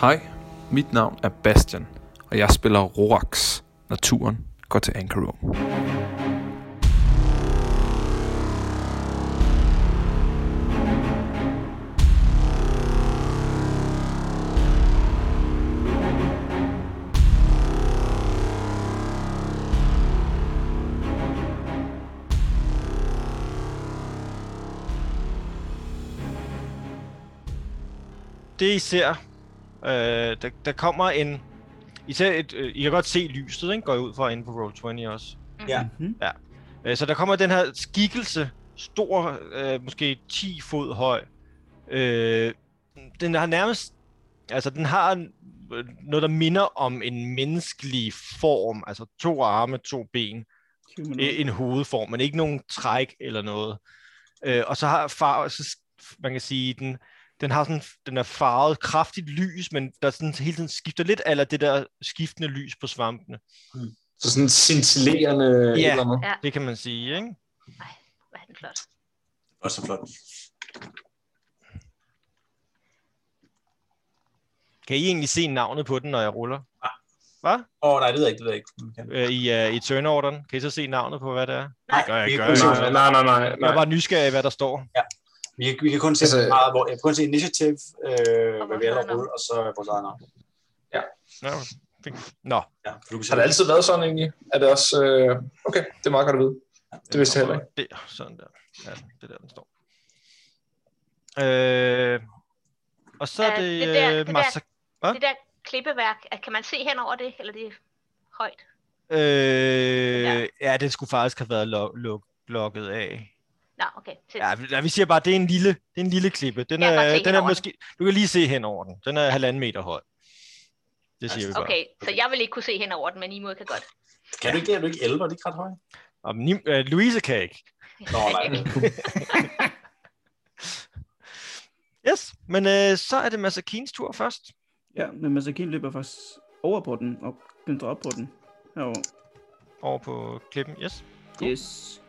Hej, mit navn er Bastian, og jeg spiller Rorax. Naturen går til Ankarum. det I ser, øh, der, der kommer en... I, ser et, øh, I kan godt se lyset, ikke? Går jeg ud fra inde på Roll20 også. Ja. Øh, så der kommer den her skikkelse, stor, øh, måske 10 fod høj. Øh, den har nærmest... Altså, den har en- øh, noget, der minder om en menneskelig form. Altså to arme, to ben. Human. E- en hovedform, men ikke nogen træk eller noget. Øh, og så har farve, så, s- man kan sige, den, den, har sådan, den er farvet kraftigt lys, men der sådan hele tiden skifter lidt, eller det der skiftende lys på svampene. Så sådan scintillerende yeah. Ja. eller andet. Ja. Det kan man sige, ikke? Hvor er den flot. Og så flot. Kan I egentlig se navnet på den, når jeg ruller? Åh, oh, nej, det ved jeg ikke, det ved jeg ikke. Okay. Øh, I, uh, I turnorderen, kan I så se navnet på, hvad det er? Nej. gør jeg, Det gør er jeg. kun- ikke. Nej, nej, nej. nej, Jeg er nej. bare nysgerrig, hvad der står. Vi, kan, vi kan kun se, Altså- altså, meget, hvor, jeg kan kun se initiativ, øh, Og hvad vi er vores eget derude, og så vores eget navn. Nå, fint. Nå. Ja, for du kan Har det altid været sådan egentlig? Er det også... Øh... Okay, det er meget godt at vide. Det vidste jeg heller ikke. Der, sådan der. Ja, det er der, den står. Øh, og så er Øh, det, det der- det øh, der- Massa Hva? Det der klippeværk, at- kan man se hen over det, eller det er højt? Øh, ja. Ja. ja, det skulle faktisk have været lo- lo- lukket af. Nå, okay. Så, Ja, vi- ja, vi siger bare, det er en lille, det er en lille klippe. Den Jeg kan godt er, se den er henover måske, du kan lige se hen over den. Den er halvanden meter høj. Det siger vi bare. okay, så jeg vil ikke kunne se hen over den, men I må kan godt. Kan du ikke det? Er du ikke 11? Er det ikke ret højt? Og Nim, øh, Louise kan ikke. Nå, nej. Yes, men øh, så er det Masakins tur først. ja, men Masakin løber faktisk over på den, og pynter op på den. Herover. Over på klippen, yes. Cool. Yes.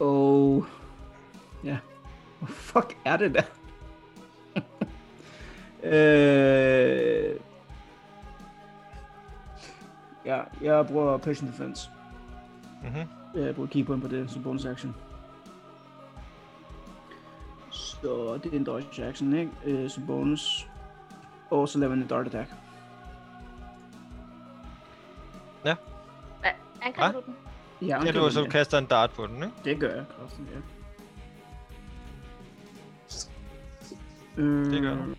Og... Ja. Hvor Oh, fuck er det der? øh... Ja, jeg bruger Patient Defense. Mm-hmm. Jeg bruger Keypoint på det som bonus action. Så det er en dodge action, ikke? Øh, som bonus. Oh, Og så laver jeg en dart attack. Angriber Hva? du den? Ja, Ja, du så kaster en dart på den, ikke? Det gør jeg, Carsten, ja. Øh, Det gør du.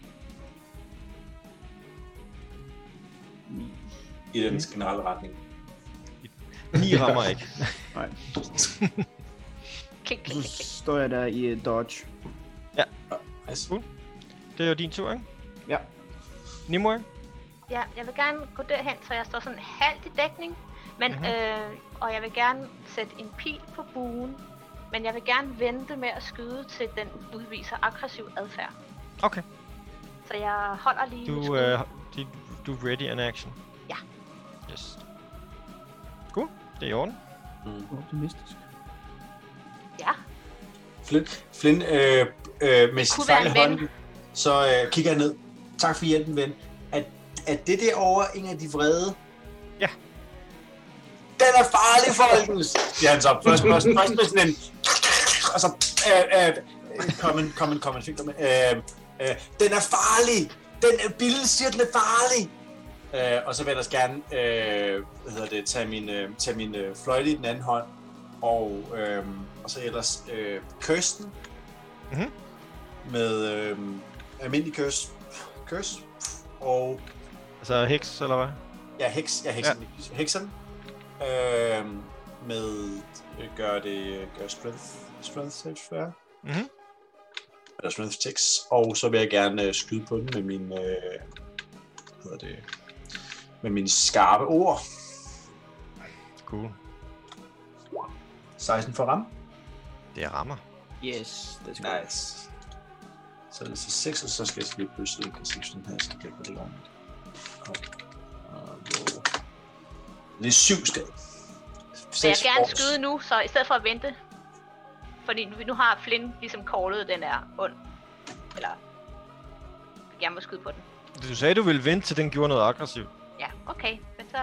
I den generelle retning. Ni rammer ikke. Nej, Klik, klik, så klik, klik. står jeg der i øh, dodge. Altså, Det er jo din tur, ikke? Ja. Nimue? Ja, jeg vil gerne gå derhen, så jeg står sådan halvt i dækning. Men, Mhm. mm-hmm. øh, og jeg vil gerne sætte en pil på buen. Men jeg vil gerne vente med at skyde til den udviser aggressiv adfærd. Okay. Så jeg holder lige mit Du, skud. øh, din- du er ready in action. Ja. Yes. Cool. Det er i orden. Optimistisk. Ja, Flynn, Flynn øh, øh, med sin Kunne være fejl i en ven. hånden, så øh, kigger jeg ned. Tak for hjælpen, ven. Er, er det derovre en af de vrede? Ja. Den er farlig, folkens! Ja, han så først, først, først med sådan en... Og så... Øh, øh, kom en, kom en, kom en, fik kom en. Øh, øh, den er farlig! Den er billig, siger den er farlig! Øh, og så vil jeg ellers gerne, øh, hvad hedder det, tage min, øh, tage min øh, fløjte i den anden hånd, og, øh, og så ellers øh, curse den, Mhm. med øh, almindelig curse, curse, og Altså heks, eller hvad? ja, heks, ja, heksen, ja. hekserne, øh, med, øh, gør det, gør strength, strength saves færre, Mhm. eller strength checks, og så vil jeg gerne øh, skyde på den med min, øh, hvad hedder det, med mine skarpe ord, Cool. 16 for ram. Det rammer. Yes, det skal Nice. Så er det så 6, og så skal jeg lige pludselig kan se sådan her, så kan jeg få det ordentligt. Kom. Og roll. Det er 7 skade. så jeg vil gerne skyde nu, så i stedet for at vente. Fordi nu, nu har Flynn ligesom callet den er ond. Eller Jeg må skyde på den. Du sagde, du ville vente, til den gjorde noget aggressivt. Ja, okay. Men så,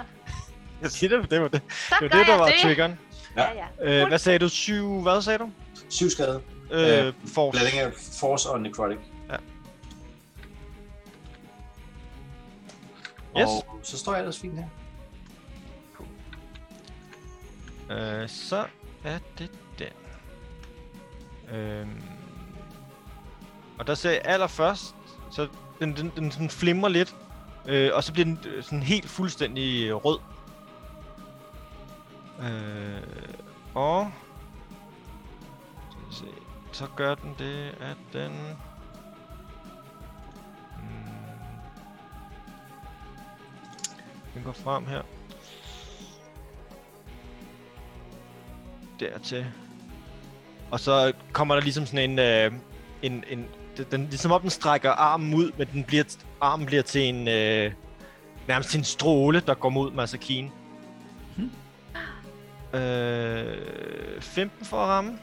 Jeg siger det, det var det, så det, var gør det der jeg var det. triggeren. Ja, ja. Øh, hvad sagde du? Syv... Hvad sagde du? Syv skade. Øh, Øh, force. Blanding af force og necrotic. Ja. Yes. Yes. Og så står jeg ellers fint her. Øh, så er det den. Øhm, og der ser jeg allerførst, så den, den, den sådan flimrer lidt, øh, og så bliver den øh, sådan helt fuldstændig øh, rød. Øh, og skal vi se, så gør den det, at den... hmm, Mm, den går frem her. dertil. Og så kommer der ligesom sådan en... Øh, en, en den, den, ligesom om den strækker armen ud, men den bliver, armen bliver til en... Øh, nærmest til en stråle, der går mod Masakine. Hmm. Øh, 15 for at ramme.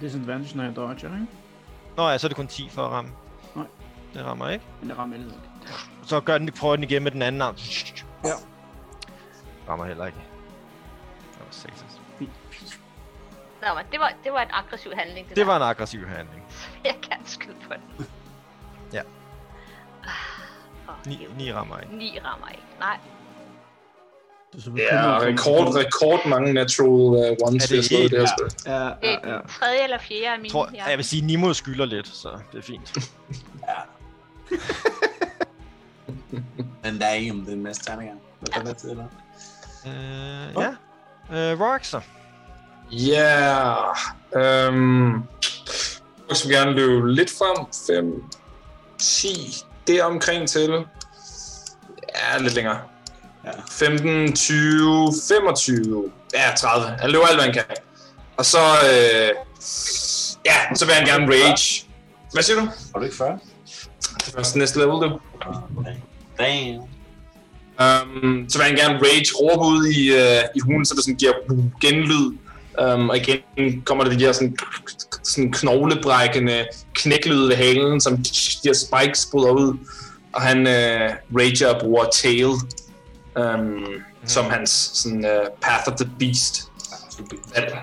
Det er sådan advantage, når jeg dodger, ikke? Nå ja, så er det kun 10 for at ramme. Nej. Det rammer ikke. Men det rammer alle. Så gør den, prøver den igen med den anden arm. Ja. Rammer heller ikke. Det var, sexist. Nå, men det var, det var en aggressiv handling. det der. var en aggressiv handling. Jeg kan skyde på den. Ja. Ah, for 9, helvede. 9 rammer ikke. Ni rammer ikke. Nej, Du er så Ja, bekymret for, rekord, om- rekord mange natural uh, ones, Er det vi har slået i det her helt- spil. Ja, det ja, er ja. den tredje eller fjerde af mine. Tror, ja. Jeg vil sige, Nimo skylder lidt, så det er fint. Men der er ikke om det er en masse terninger. Hvad er det, eller? Øh, ja. Øh, Roxer. Ja. Yeah. Øhm, jeg vil gerne løbe lidt frem. 5, 10, det er omkring til. Ja, lidt længere. Ja. 15, 20, 25. Ja, 30. Han løber alt, hvad han kan. Og så, øh, ja, så vil han gerne rage. Hvad siger du? Var du ikke 40? Det er først næste level, du. Okay. Damn. Um, så vil han gerne rage råbe ud i, uh, i hulen, så det sådan giver genlyd. Um, og igen kommer der de der sådan, sådan knoglebrækkende knæklyd ved halen, som de her spikes bryder ud. Og han uh, rager og bruger tail um, mm. som hans sådan, uh, Path of the Beast valg.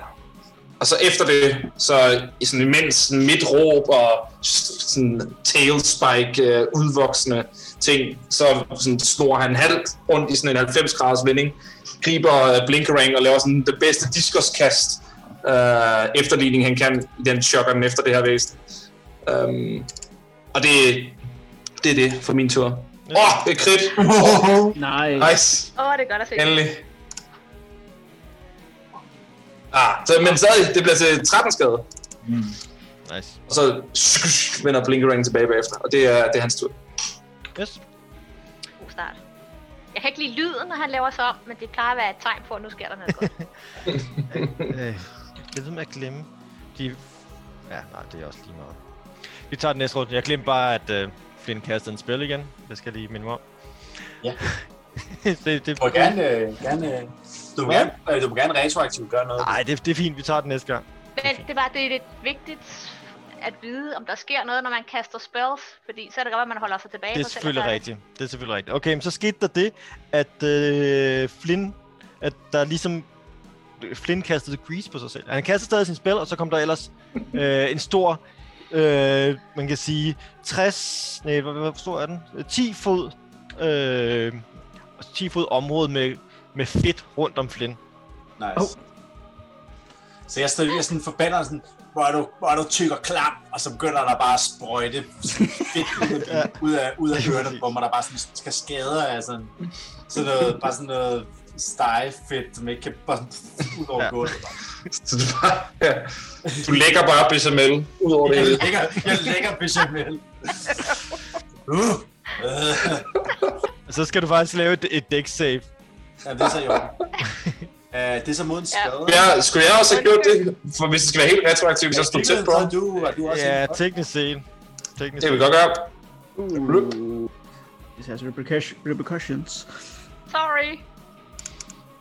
Og så efter det, så i sådan imens sådan midt råb og s- sådan tailspike øh, udvoksende ting, så sådan snor han halvt rundt i sådan en 90 graders vending, griber øh, Blinkerang og laver sådan det bedste diskoskast øh, efterligning han kan i den chokker den efter det her væsen. Um, og det, det er det for min tur. Åh, oh, det er crit! Nej, Nice! Åh, det er godt at se. Endelig. Ah, så, men stadig, det bliver til 13 skade. Nice. Og så sk- sk- vender Blinkering tilbage bagefter, og det er, det er hans tur. Yes. God start. Jeg kan ikke lide lyden, når han laver så om, men det plejer at være et tegn på, at nu sker der noget godt. Øh, jeg ved med at glemme. De... Ja, nej, det er også lige meget. Vi tager den næste runde. Jeg glemte bare, at øh, Flynn kastede en spil igen. Det skal jeg lige minde mig om. Ja. det, det... Du må gerne... øh, gerne øh, du, må gerne, øh, du må gerne retroaktivt gøre noget. Nej, det, det er fint. Vi tager den næste gang. Men det var det er lidt vigtigt at vide, om der sker noget, når man kaster spells, fordi så er det godt, at man holder sig tilbage. Det er for selv at selvfølgelig gøre rigtigt. Det er selvfølgelig rigtigt. Okay, men så skete der det, at øh, Flynn, at der ligesom Flynn kastede grease på sig selv. Han kastede stadig sin spil, og så kom der ellers øh, en stor, øh, man kan sige, 60, nej, hvor, hvor stor er den? 10 fod, øh, 10 fod område med, med fedt rundt om Flynn. Nice. Så jeg stod jeg sådan forbander sådan, hvor er du, hvor er du tyk og klam, og så begynder der bare at sprøjte sådan fedt ud af- ud af, ud af hørerne på mig, der bare sådan skal altså. skader af sådan, sådan noget, bare sådan noget stegefedt, som ikke kan bare ud over Ja. ja. gulvet. Så du, bare, ja. du lægger bare bechamel ud over det Jeg hele. lægger, jeg lægger bechamel. Uh, øh, Så skal du faktisk lave et, et deck save. ja, det er så jo. Uh, det er så mod en skade. Ja, skulle jeg også have gjort det? For hvis det skal være helt retroaktivt, så står du tæt på. Så er Du, og du er også Ja, ja, teknisk set. Teknisk Det set. vil godt gøre. uh, this has repercussion- repercussions. det. Sorry.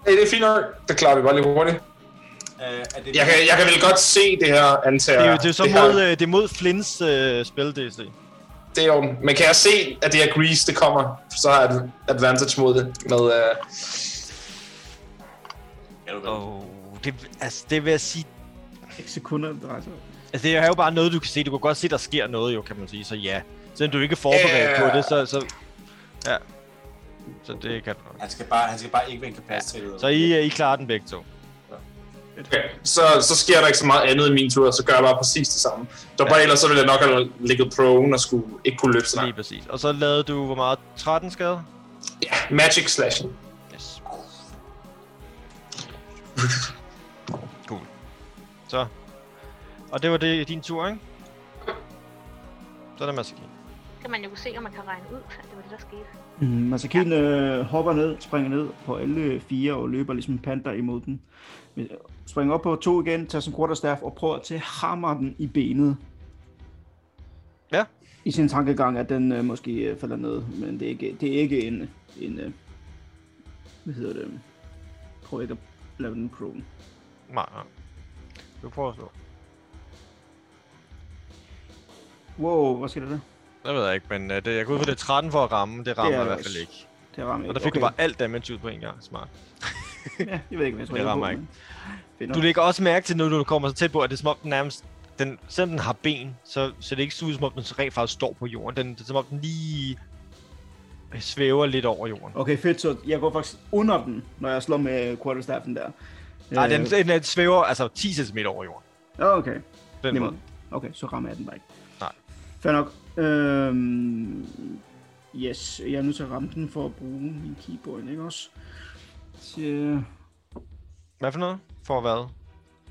Hey, det er fint nok. Det klarer vi bare lige hurtigt. uh, er det, Jeg kan, jeg kan vel godt se det her, antager Det er jo det er jo så her- mod, øh, det er mod Flins øh, spil, DC. det er jo... Man kan også se, at det her grease, det kommer. Så har jeg advantage mod det. Med, øh, Ja, du ved. Oh, det, altså, det vil jeg sige... Ikke sekunder, det drejer sig om. Altså, det er jo bare noget, du kan se. Du kan godt se, der sker noget, jo, kan man sige. Så ja. Selvom du ikke er forberedt på det, så... så ja. Så det kan du nok. Han skal bare, han skal bare ikke være incapacitated. Så I, øh, I klarer den begge to. Okay, så, så sker der ikke så meget andet i min tur, så gør jeg bare præcis det samme. Der bare ellers så ville jeg nok have ligget prone og skulle ikke kunne løbe så Lige langt. præcis. Og så lavede du, hvor meget? 13 skade? Ja, magic slashing. Yes. cool. Så. Og det var det din tur, ikke? Så er det Masaki. Kan man jo kunne se, om man kan regne ud, at det var det, der skete. Mm, Masakin øh, hopper ned, springer ned på alle fire og løber ligesom en panda imod den. Men, øh, Springer op på to igen, tager sin quarterstaff og prøver til at hamre den i benet. Ja. I sin tankegang, at den øh, måske øh, falder ned, men det er ikke, det er ikke en, en øh, hvad hedder det, prøv ikke at lave den prone. Nej, nej. Du prøver at slå. Wow, hvad skal det der? Det ved jeg ikke, men uh, det, jeg går ud for, det er 13 for at ramme. Det rammer er i hvert nice. fald ikke. Det rammer Og der ikke. fik okay. du bare alt damage ud på en gang. Smart. Ja, jeg ved ikke, hvad jeg tror, Det jeg rammer på, ikke. men Fedt nok. Du lægger også mærke til, når du kommer så tæt på, at det er som om den nærmest... Den, selvom den har ben, så ser det ikke så ud, som om den så rent faktisk står på jorden. Den, det er som om den lige svæver lidt over jorden. Okay, fedt, så jeg går faktisk under den, når jeg slår med quarterstaffen der. Nej, den, Øh, den, den svæver altså 10 cm over jorden. Okay. På Den Nemmere. måde. Okay, så rammer jeg den bare ikke. Nej. Fair nok. Øhm, yes, jeg er nødt til at ramme den for at bruge min keyboard, ikke også? Til, Hvad for noget? For hvad?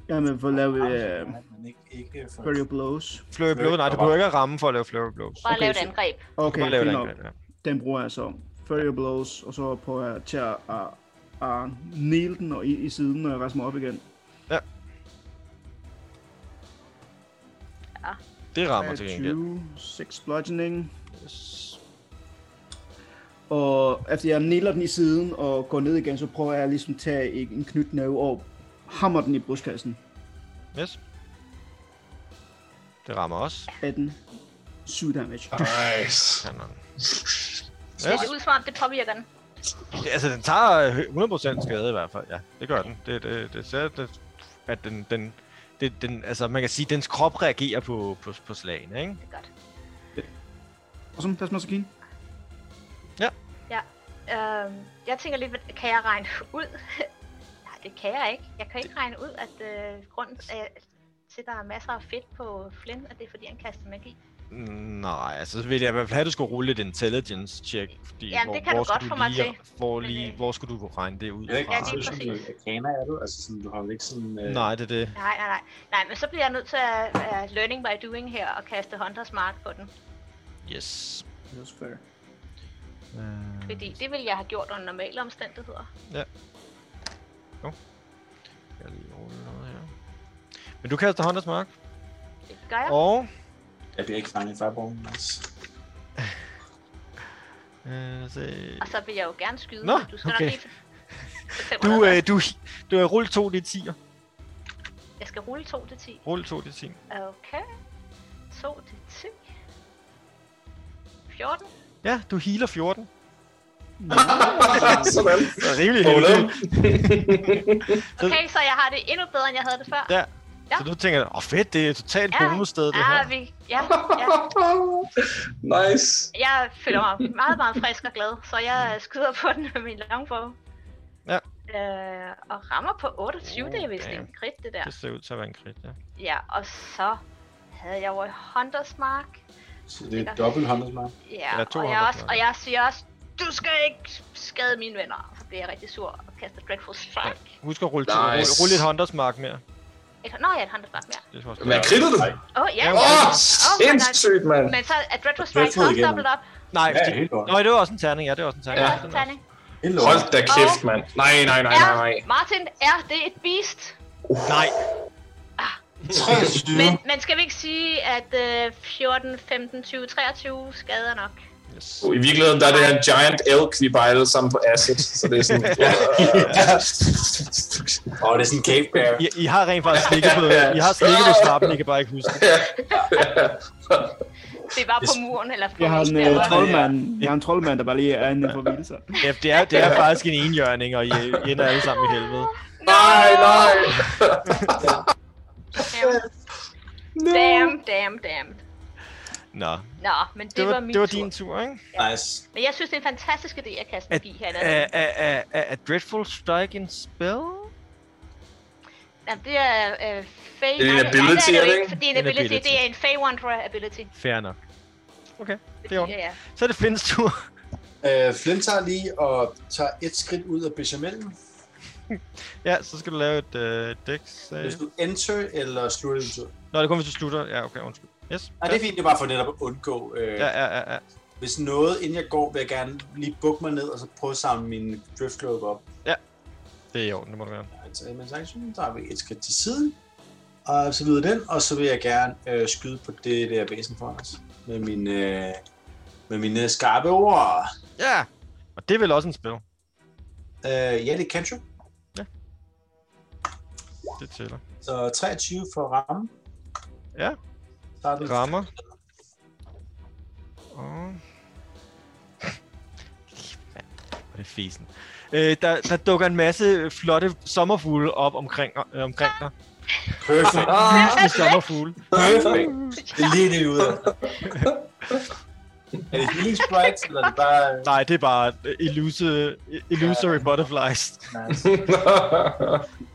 jamen, for at lave øh, Nej, men ikke, ikke for... Burial Blows. Flurry of Blows? Nej, du behøver ikke at ramme for at lave Flurry of Blows. Bare Okay, okay, lave et så- angreb. Du Okay, kan bare lave fint et nok. angreb, ja. Den bruger jeg altså så. Furrier Blows, og så prøver jeg til at, at, at næle den og i, i siden, når jeg rejser mig op igen. Det rammer til gengæld. 6 bludgeoning. Yes. Og efter jeg niller den i siden og går ned igen, så prøver jeg ligesom at tage en en knytnæve og hammer den i brystkassen. yes. Det rammer også. 18. 7 damage. Nice. Kan man. Ser Yes. det ud som om, det påvirker den. Ja, altså, den tager øh, 100% skade i hvert fald. Ja, det gør den. Det, det, det ser, det, at den, den, det, den, altså, man kan sige, at dens krop reagerer på, på, på slagene, ikke? Det er godt. Og så deres masakin. Øhm, jeg tænker lidt, hvad- kan jeg regne ud? Nej, det kan jeg ikke. Jeg kan ikke regne ud, at øh, grunden øh, til, at der er masser af fedt på Flynn, at det er fordi, han kaster magi. Nej, altså så vil jeg i hvert fald have, at du skulle rulle et intelligence check. Fordi Jamen, det kan du godt skulle få mig lige, Hvor, men, lige, øh, hvor skulle du kunne regne Ah, det ud Jeg ved ikke, Ja, fra? det er hvor sådan præcis. en arcana er du? Altså sådan, du har jo ikke sådan... Øh... Nej, det er det. Nej, nej, nej. Nej, men så bliver jeg nødt til at uh, learning by doing her og kaste Hunters Mark på den. Yes. Det er også fair. Øh, Fordi det ville jeg have gjort under normale omstændigheder. jeg lige rulle noget her. Men du kaster Hunters Mark, Det gør jeg. og... Jeg bliver ikke fanget i fireballen. Altså. Øh, se. Og så vil jeg jo gerne skyde. Nå, men du skal okay. nok lige fortælle Du, mig, øh, du, du har rullet to de 10'er. Jeg skal rulle 2 til 10. Rulle to de 10. Okay. 2 til 10. 14. Ja, du healer 14. Sådan. Det er rimelig Ole. heldig. Okay, så jeg har det endnu bedre, end jeg havde det før. Ja. Ja. Så du tænker, åh fedt, det er totalt Ja. bonussted, det ah, her. vi, ja, ja. nice. Jeg føler mig meget, meget frisk og glad, så jeg skyder på den med min longbow. Ja. Oh, Øh, og rammer på 28, det er vist Damn. en crit, det der. Det ser ud til at være en crit, ja. Ja, og så havde jeg jo et Hunters Mark. Så det er dobbelt håndelsmark. Ja, Eller to og, jeg Hunters også, Mark. og jeg siger også, du skal ikke skade mine venner. Så bliver jeg rigtig sur og kaster Dreadful Strike. Husk at rulle, Nice. nice. rulle, rulle et Hunters Mark mere. Et, nå ja, et Hunters Mark mere. Det er også Hvad kridtede du? Åh, oh, ja. Ja, Åh, ja. oh, sindssygt, mand. Men så er Dreadful Strike Dreadful også igen. dobbelt op. Nej, Ja, det, helt godt. nej, det var også en terning, ja, det var også en Det terning. er Ja. også en terning. Helt Hold da kæft, Åh. mand. Nej, nej, nej, nej, nej. Er, Martin, er det et beast? Nej, 23. Men, men skal vi ikke sige, at øh, 14, 15, 20, 23 skader nok? yes. I virkeligheden, der er det her giant elk, vi bare alle sammen på acid. Så det er sådan... Åh, oh, det er sådan en cave bear. I, I har rent faktisk slikket på, I har slikket på snappen, I kan bare ikke huske det. Det var på muren, eller på Jeg har en isbjerget. øh, troldmand, jeg har en troldmand, der bare lige er inde for vildt. Ja, det er, det er faktisk en enhjørning, og I, I ender alle sammen i helvede. Nej, nej. Damn, damn, damn. Nå, Nå, men det, det var, min det var tur. din tur, ikke? Nice. Men jeg synes, det er en fantastisk idé at kaste At- magi her. Er, At, er, er, er, er Dreadful Strike en spell? Jamen, det er uh, fey... Det er nej, en nej, ability, det er er det jo ikke? ikke, fordi en En ability. ability. Det er en fey wanderer ability. Fair nok. Okay, det er Ja, ordentligt. ja. Så er det Flins tur. Øh, Flint tager lige og tager et skridt ud af bechamelen. Ja, så skal du lave et øh, dex save. Hvis du enter eller slutter din tur. Nå, det kommer, hvis du slutter. Ja, okay, undskyld. Yes. Nej, det er fint, det er bare for netop at undgå. Øh, Ja, ja, ja, ja. Hvis noget, inden jeg går, vil jeg gerne lige bukke mig ned, og så prøve at samle min driftglobe op. Det er i orden, det må du gerne. Altså, mens action tager vi et skridt til siden, og så videre den, og så vil jeg gerne øh, skyde på det der væsen foran os. Med min, øh, med mine skarpe ord. Ja! Og det er vel også en spil. Øh, ja, det kan du. Det tæller. Så 23 for at ramme. Ja. Så er den Rammer. Og... Hvor er det fesen. Øh, der, der dukker en masse flotte sommerfugle op omkring, øh, omkring dig. perfekt. Lysende sommerfugle. perfekt. Det er lige det, vi er ude af. er det healing sprites, eller er det bare... Nej, det er bare illuse, illusory butterflies. Nice.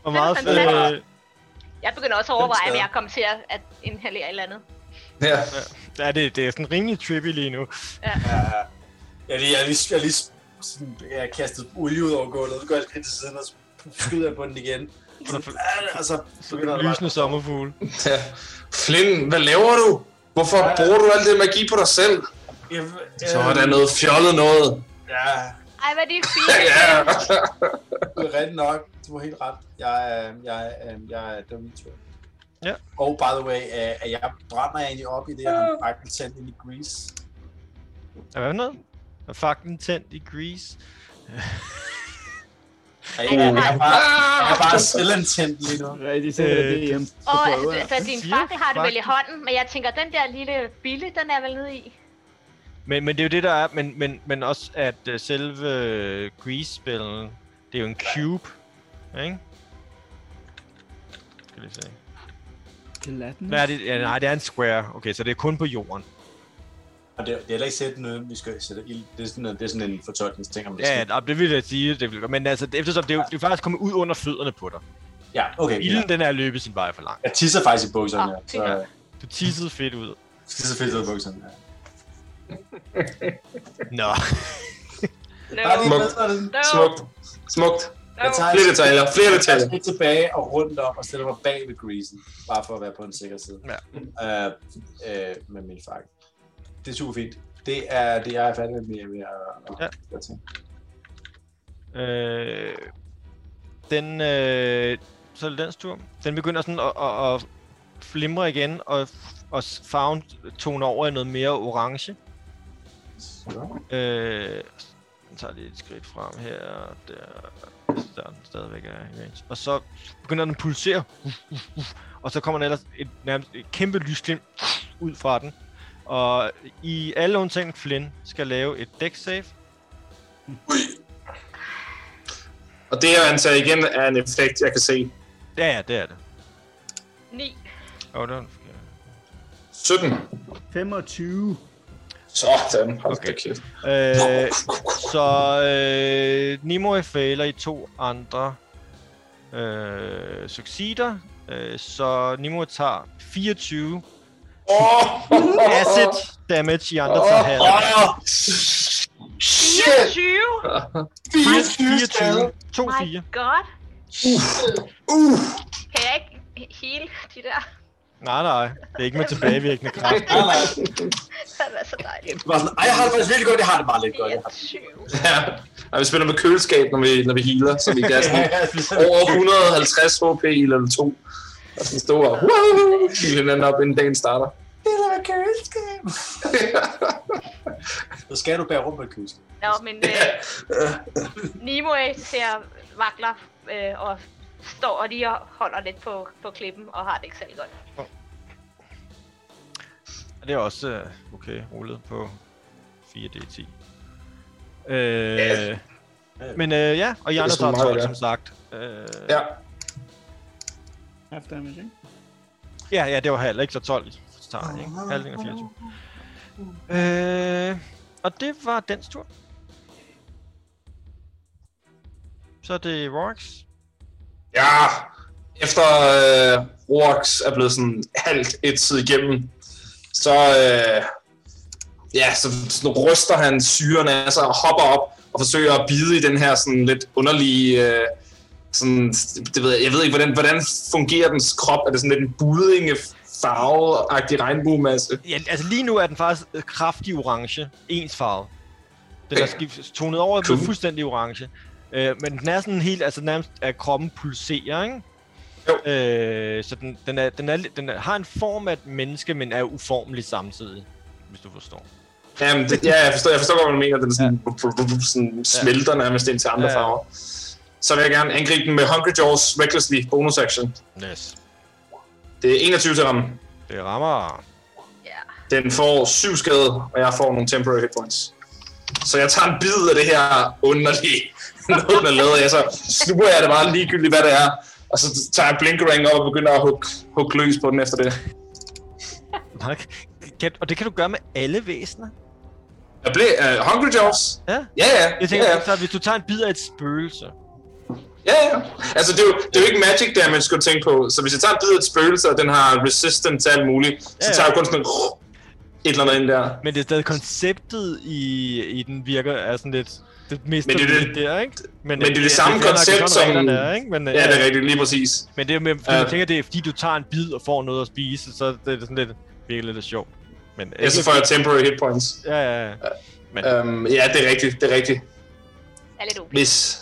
Og meget øh, Det er fede... fantastisk. Jeg begynder også at overveje, om stadig. jeg kommer til at, at inhalere et eller andet. ja. Ja, det, det er sådan rimelig trippy lige nu. Ja, ja. Jeg er lige, jeg er lige, jeg er lige sådan, jeg har kastet olie ud over gulvet, så går jeg skridt til siden, og så skyder jeg på den igen. Og så, og så begynder der bare... Lysende sommerfugle. ja. Flynn, hvad laver du? Hvorfor Ja. bruger du al det magi på dig selv? Jeg, jeg, øh, Så er der noget fjollet noget. Ja, Ej, hvad de er fine. Ja. du er ret nok. Du har helt ret. Jeg, er- jeg, jeg, jeg det var min tur. Ja. Og by the way, øh, at jeg brænder jeg egentlig op i det, jeg har faktisk sendt ind i Grease. Er hvad for noget? Er fakten tændt i Grease? Jeg, jeg, jeg, er bare, jeg er bare selvantendt lige nu. Rigtig sikkert, Øh, at Øh, det er hjemme. Og prøver altså, jeg. altså, din Siger fakkel har du vel i fakkel. hånden, men jeg tænker, den der lille bille, den er vel nede i. Men, men det er jo det, der er, men, men, men også at uh, selve øh, Grease-spillet, det er jo en cube, ikke? Skal lige se. Glatness. Nej, det, ja, nej, det er en square. Okay, så det er kun på jorden. Og det, det er heller ikke sætte noget, vi skal sætte ild. Det er sådan, det er sådan en fortolkningsting. Om det Ja, ja, det vil jeg sige, det vil Men altså, eftersom det er jo det er faktisk kommet ud under fødderne på dig. ja okay. Ja. Ilden, den er løbet sin vej for langt. Jeg tisser faktisk i bukserne. Ah, Ah, så fint. jeg Du tissede fedt ud. tisser fedt ud af bukserne. Ja. Nå. No, Bare lige Må- med, så er det sådan. no, Smukt. Smukt. Jeg tager Flere et detaljer. Flere detaljer. skridt Altså, tilbage og rundt om og stiller mig bag ved greasen. Bare for at være på en sikker side. Ja. Øh, øh, med min fakkel. Det er super fint. Det er det, jeg er færdig med med- med at- Ja. at gøre ting. Øh, den, øh, så er det dens tur. Den begynder sådan at, at, at flimre igen, og, og farven toner over i noget mere orange. Så. Øh, jeg tager lige et skridt frem her, og der, hvis der er den stadigvæk er i range. Og så begynder den at pulsere, og så kommer der ellers et, nærmest et kæmpe lysglimt ud fra den. Og i alle undtagen Flynn skal lave et deck save. Og det her antager igen er en effekt, jeg kan se. Ja, ja, det er det. 9. Åh, oh, det var en 17. 25. Sådan. Hold da Okay. kæft. Øh, så øh, Nimue fejler i to andre øh, succeder. Øh, så Nimue tager 24 Åh! acid damage, i andre tager halv. Åh! Shit! 20! 24 24. skade. 2 My 4. god. Uh! Kan jeg ikke hele de der? Nej, nej. Det er ikke med tilbagevirkende kraft. Nej, nej. Det var så dejligt. Det var sådan, Ej, jeg har det faktisk virkelig godt. Jeg har det bare lidt godt. Jeg har 24. Ja. Ej, vi spiller med køleskab, når vi, når vi healer, så vi kan det. sådan over 150 HP i level 2. Og sådan stå og wow, heal hinanden op, inden dagen starter. Så skal du bære rundt med kysen. Nå, men øh, Nimue ser vakler øh, og står og lige og holder lidt på, på klippen og har det ikke særlig godt. Og det er også øh, okay rullet på 4D10. Øh, men øh, ja, og I andre sgu tager meget 12, godt. som sagt. Øh, Ja. Half damage, ikke? ja, ja, det var halv, ikke? Så 12 tager jeg, ikke? Halvdelen af 24. Øh, og det var dens tur. Så er det Rorax. Ja, efter øh, Roax er blevet sådan halvt et side igennem, så, øh, ja, så sådan ryster han syren af sig og hopper op og forsøger at bide i den her sådan lidt underlige... Øh, sådan, det ved jeg, jeg ved ikke, hvordan, hvordan fungerer dens krop? Er det sådan lidt en budinge farveagtig regnbuemasse? Ja, altså lige nu er den faktisk øh, kraftig orange, ensfarvet. Den er skiftet, tonet over cool. Cool. med fuldstændig orange. Øh, men den er sådan helt, altså nærmest at kroppen pulserer, ikke? Jo. Øh, så den, den, er, den, er, lidt- den er, har en form af et menneske, men er uformelig samtidig, hvis du forstår. Jamen, det, ja, jeg forstår, jeg forstår godt, hvad du mener. Den er sådan, ja. sådan smelter nærmest ind til andre Ja. ja. farver. Så vil jeg gerne angribe den med Hungry Jaws Recklessly bonus action. Yes. Det er 21 til ramme. Det rammer. Ja. Den får syv skade, og jeg får nogle temporary hit points. Så jeg tager en bid af det her underlige noget, der lavet af, så sluger jeg det bare ligegyldigt, hvad det er. Og så tager jeg Blinkerang op og begynder at hugge, hugge løs på den efter det. Mark, Kan, og det kan du gøre med alle væsener. Jeg blev uh, Hungry Jaws. Ja. Ja, ja. Jeg tænker, ja, ja. ja. Så, hvis du tager en bid af et spøgelse, Ja, ja. Altså, det er, jo, det er jo ikke magic damage, skulle du tænke på. Så hvis jeg tager en bid af et spøgelse, og den har resistance til alt muligt, Ja, så ja. tager jeg kun sådan en et eller andet ind der. men det er stadig konceptet i, i den virker er sådan lidt... Det mister Men det er vi det- lidt der, ikke? Men, det er det samme er fair nok, det er koncept, sådan, som- reglerne Er, ikke? Men, øh, Ja, det er rigtigt, lige præcis. Men det er med, fordi jeg Ja. tænker, det er fordi, du tager en bid og får noget at spise, så det er sådan lidt, virkelig lidt sjovt. Men, Ja, så får jeg temporary hit points. Ja, ja, ja. Um, ja, det er rigtigt, det er rigtigt. Det er lidt OP. Hvis...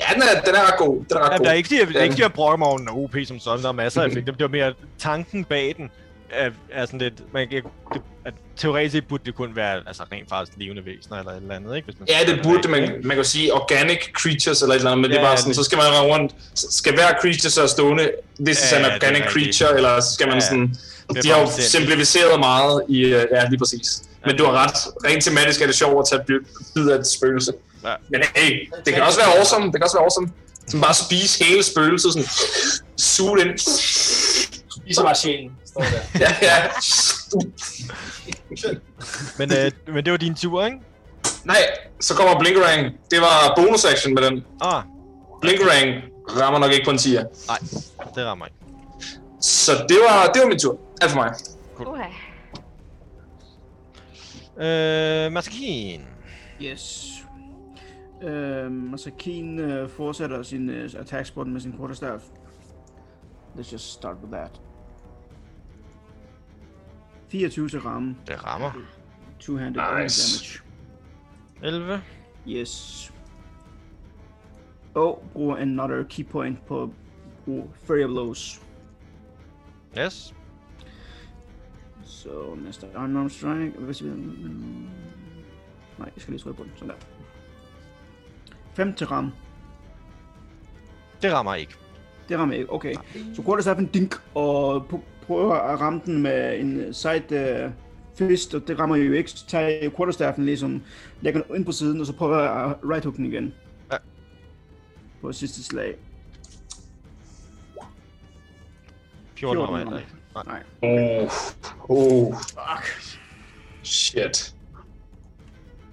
Ja, den er, den er ret god. Den er ret Jamen, der er god. ikke, det er ikke, Ja. fordi, jeg brokker mig over den er OP som sådan, der er masser af effekter. Det var mere tanken bag den, er, er sådan lidt, man, kan- det, at teoretisk set burde det kun være altså, rent faktisk levende væsener eller et eller andet, ikke? Hvis man Ja, det burde man, man kan jo sige organic creatures eller et eller andet, men ja, Ja, det er bare ja, sådan, det- så skal man rende rundt, skal hver creature så stående, this is Ja, an ja, det er organic rigtigt. creature, eller skal man Ja, ja. sådan, er de har jo fucking sindssygt. simplificeret meget i, øh, ja, lige præcis. Men du har ret, rent tematisk er det sjovt at tage bi- bid af et spøgelse. Ja. Men hey, det kan også være awesome, det kan også være awesome. Som bare spise hele spøgelset, sådan, suge det ind. Ligesom bare sjælen. Står der. Ja, ja. Men, øh, men det var din tur, ikke? Nej, så kommer Blinkerang. Det var bonus action med den. Ah, Blinkerang rammer nok ikke på en 10'er. nej, det rammer ikke. Så det var, det var min tur. Alt for mig. Uha. Øh, Maskin. Yes. Øhm, og så Keen øh, fortsætter sin øh, attack spot med sin quarterstaff. Let's just start with that. 24 til ramme. Det rammer. Two-handed Nice. damage. 11. Yes. Og bruger another key point på at bruge Furry Blows. Yes. Så næste unarmed strike. Hvis vi... mm, Nej, jeg skal lige trykke på den. Sådan der. 5 til ram. Det rammer ikke. Det rammer ikke. Okay. Så quarterstaffen dink og pu- prøver at ramme den med en side uh, fist, og det rammer jo ikke. Så tager jeg quarterstaffen ligesom, lægger den ind på siden, og så prøver jeg at right hook den igen. Ja. På sidste slag. 14 rammer 14 rammer heller ikke. Nej. Nej. Oh, oh, Fuck. shit.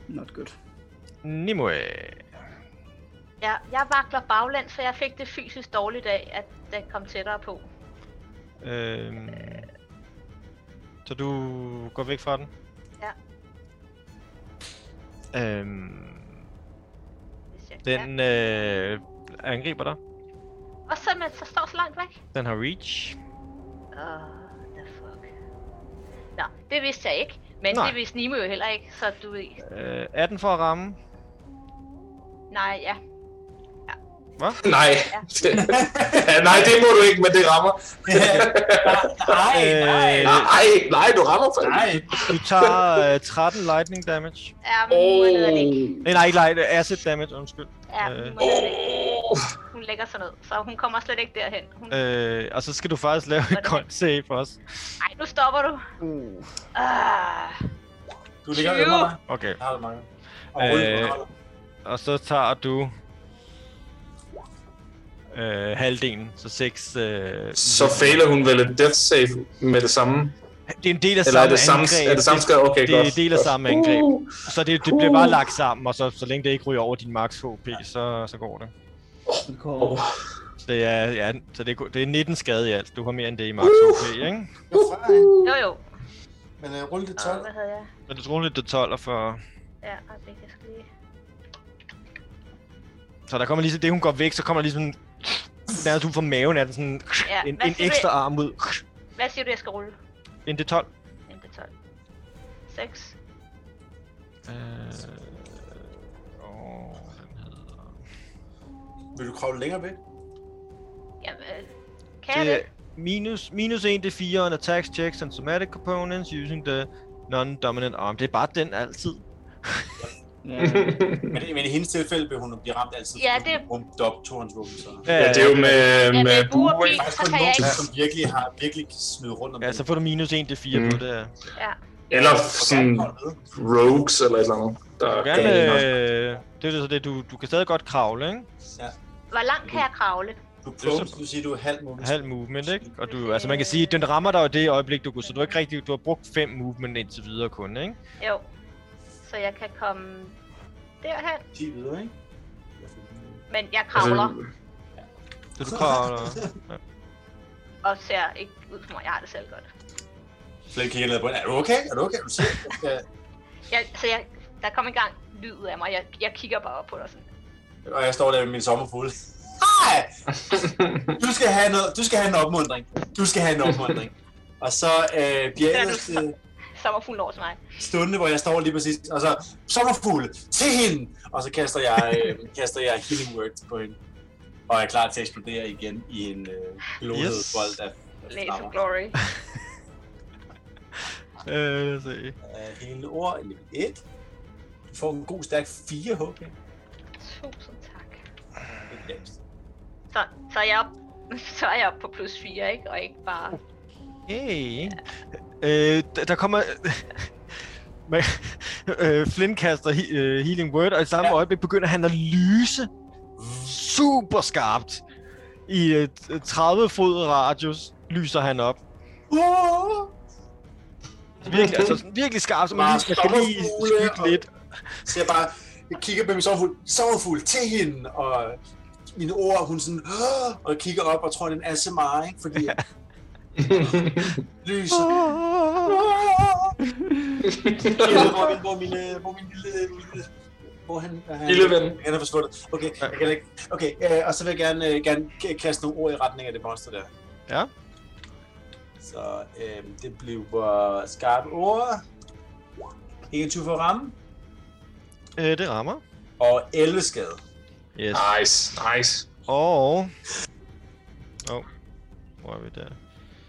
Not good. Nimue. Ja, jeg vakler baglæns, så jeg fik det fysisk dårligt af, at det kom tættere på. Øhm, så du går væk fra den? Ja. Øhm, Hvis jeg kan. den øh, angriber dig. Og så man så står så langt væk. Den har reach. Oh, the fuck. Nå, det vidste jeg ikke. Men Nej. Nej. det vidste Nimo jo heller ikke, så du ved. Øh, 18 for at ramme. Nej, ja. Nej. nej, det må du ikke, men det rammer. nej, Øh, nej, Nej, nej, du rammer for nej. Du tager øh, 13 lightning damage. Ja, men nu er det Oh. ikke. Nej, nej, ikke light, acid damage, undskyld. Ja, øh. Øh. hun, må slet ikke. hun lægger sig ned, så hun kommer slet ikke derhen. Hun... Øh. Øh, og så skal du faktisk lave et Hvordan? grønt save for os. Ej, nu stopper du. Uh. Ah. Du ligger og ømmer dig. Okay. Jeg har det mange. Og Øh. øh... Og så tager du... Øh, halvdelen, så 6... Øh, Så fejler hun vel et death save med det samme? Det er en del af Eller samme er det samme, angreb. er det samme skade? Okay, det er godt. en del af godt. samme angreb. Uh, Så det, det bliver bare lagt sammen, og så, så længe det ikke ryger over din max HP, så, så går det. oh. Så Det er, ja, så det, er, det er 19 skade i alt. Du har mere end det i max HP, Uh. ikke? Jeg er fra, ikke? Jo, jo. Men øh, rulle det Og 12. hvad havde jeg? Men du tror lidt, det er 12 og for... Ja, og det jeg skal lige... Så der kommer ligesom, det hun går væk, så kommer der ligesom... Nærmest ud fra maven er den sådan Ja, en, hvad en siger du? ekstra arm ud. Hvad siger du, jeg skal rulle? En Øh, det 12. En det 12. 6. Øh, åh, den hedder... Vil du kravle længere væk? Jamen, øh, kan jeg det? minus, minus 1 til 4 on attacks, checks and somatic components using the non-dominant arm. Det er bare den altid. Ja. Men, men i hendes tilfælde vil hun blive ramt altid. Ja, det- Hun dop togens våben, så... Ja, det er jo med, Ja, med med bue og bue. pil, Faktisk så kun kan jeg ikke. nogen, som virkelig har virkelig kan smide rundt om Ja, så får du minus 1 til 4 Mm. på det her. Ja. Eller sådan rogues eller et eller andet. Der Du gør gerne, det nok. øh, det er jo så det, du, du kan stadig godt kravle, ikke? Ja. Hvor langt kan jeg kravle? Du prøver, du siger, du er halv måned. Halv movement, ikke? Og du, altså man kan sige, den rammer dig jo det øjeblik, du kunne, så du har ikke rigtig, du har brugt 5 movement indtil videre kun, ikke? Jo. Så jeg kan komme derhen, 10 videre, ikke? men jeg Altså, kravler Så du kravler. og ser ikke ud som om, jeg har det selv godt. Flemming kigger ned på hende. Er du okay? Er du okay? Er du sikker? Ja. Jeg, så jeg, der kom engang lyd af mig. Jeg, jeg kigger bare op på dig sådan. Og jeg står der med min sommerfuld. Hej! Du skal have, noget, du skal have en opmundring. Du skal have en opmundring. Og så øh, bliver jeg ellers øh, Sommerfuglen over til mig. stunde, hvor jeg står lige præcis, og så sommerfugl til hende! Og så kaster jeg, øh, kaster jeg healing words på hende. Og er klar til at eksplodere igen i en øh, glohed Yes. bold af, af Laser flammer. Glory. Øh, lad os se. Af hele ord, level 1. Du får en god stærk 4 HP. Tusind tak. Det er lavest. Så, så er jeg op, så er jeg op på plus 4, ikke? Og ikke bare... Hey. Øh, der, der kommer... Men, øh, Flynn kaster he, øh, Healing Word, og i samme ja. Ja. øjeblik begynder han at lyse super skarpt. I øh, 30 fod radius lyser han op. Uh! Virkelig, altså sådan virkelig skarpt, så man Bare lige skal skal lige sommerfugle skygge og- lidt. Så jeg bare jeg kigger på min sommerfugl, sommerfugl til hende, og mine ord, hun sådan, "Åh!" og kigger op og tror, det er en ASMR, ikke? Fordi ja. lys. Jeg ved, hvor, min, hvor, min, øh, hvor min lille... Min, lille- hvor han, er han, Lille ven. Han er forsvundet. Okay, jeg kan ikke. Okay, øh, og så vil jeg gerne, øh, gerne k- kaste nogle ord i retning af det monster der. Ja. Så øh, det bliver skarpe ord. 21 for at ramme. Øh, det rammer. Og 11 skade. Yes. Nice, nice. Og... Åh. Oh. Hvor er vi der?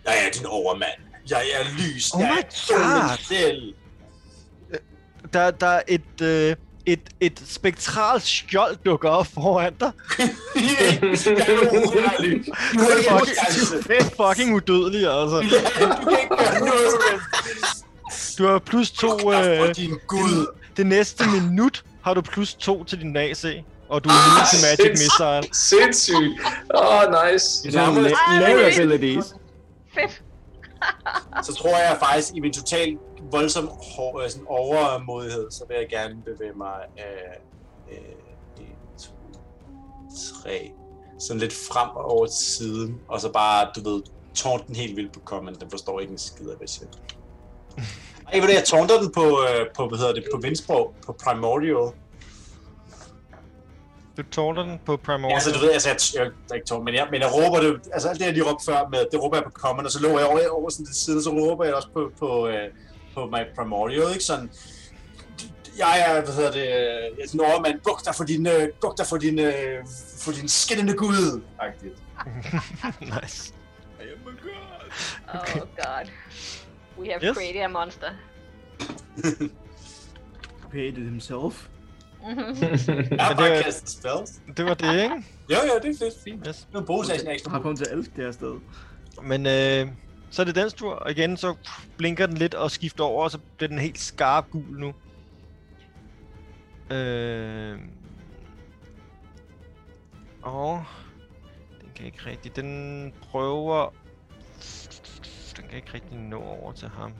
Jeg er din overmand. Jeg er lys. Oh jeg my er solen God. selv. Der, der er et, øh, et, et spektralt skjold dukker op foran dig. jeg er urørlig. Du kan ikke Fuck. modstanse. Det er fucking udødelig, altså. Du kan ikke gøre noget som helst. Du har plus to... Og Øh, din gud. det næste minut har du plus to til din AC. Og du er immune til Magic sindssygt. Missile. Sindssygt. Åh, oh, nice. Det er la- layer abilities. Fedt. Så tror jeg faktisk, i min total voldsom hår, øh, sådan overmodighed, så vil jeg gerne bevæge mig øh, øh, 1, 2, 3, sådan lidt frem og over til siden, og så bare, du ved, tårne den helt vildt på kommen, den forstår ikke en skid af, hvad jeg siger. Ej, ved du, jeg tårnter den på, øh, på, hvad hedder det, på vindsprog, på primordial. Du tårter den på Ja, Primordial. altså, du ved, altså, jeg, jeg, jeg ikke tårn, men jeg, men jeg råber det, altså alt det, jeg lige råbte før med, det råber jeg på common, og så løber jeg over, over sådan til siden, og så råber jeg også på, på, øh, på my primordial, ikke sådan, jeg er, hvad hedder det, øh, jeg er sådan overmand, buk dig for din, øh, buk dig for din, øh, for din skinnende gud, agtigt. nice. Oh god. We have Yes. created a monster. Created himself. Jeg har det bare er- kastet spells. Det var det, ikke? Jo, jo, det er fedt, fint. Yes. Nu er bosagen ekstra. Har kommet til 11 det her sted. Men øh, så er det dens tur, og igen så blinker den lidt og skifter over, og så bliver den helt skarp gul nu. Øh... Og... Den kan ikke rigtig... Den prøver... Den kan ikke rigtig nå over til ham.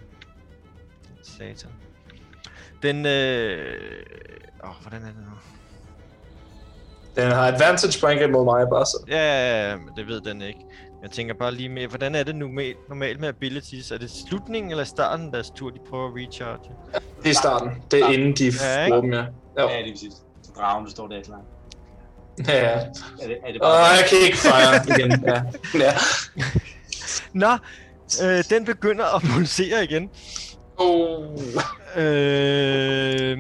Den satan. Den øh... Åh, hvordan er det nu? Den har advantage på angreb mod mig, bare så. Ja, men det ved den ikke. Jeg tænker bare lige med, hvordan er det nu med, normalt med abilities? Er det slutningen eller starten af deres tur, de prøver at recharge? Det er starten. Det er inden de Ja, ja, ikke? bruger dem, ja. Jo. Ja, det er præcis. Så dragen, der står der klar. Ja. Er det, er det Og bare... jeg kan ikke fejre igen. Ja. ja. Nå, øh, den begynder at pulsere igen. Oh. Øh,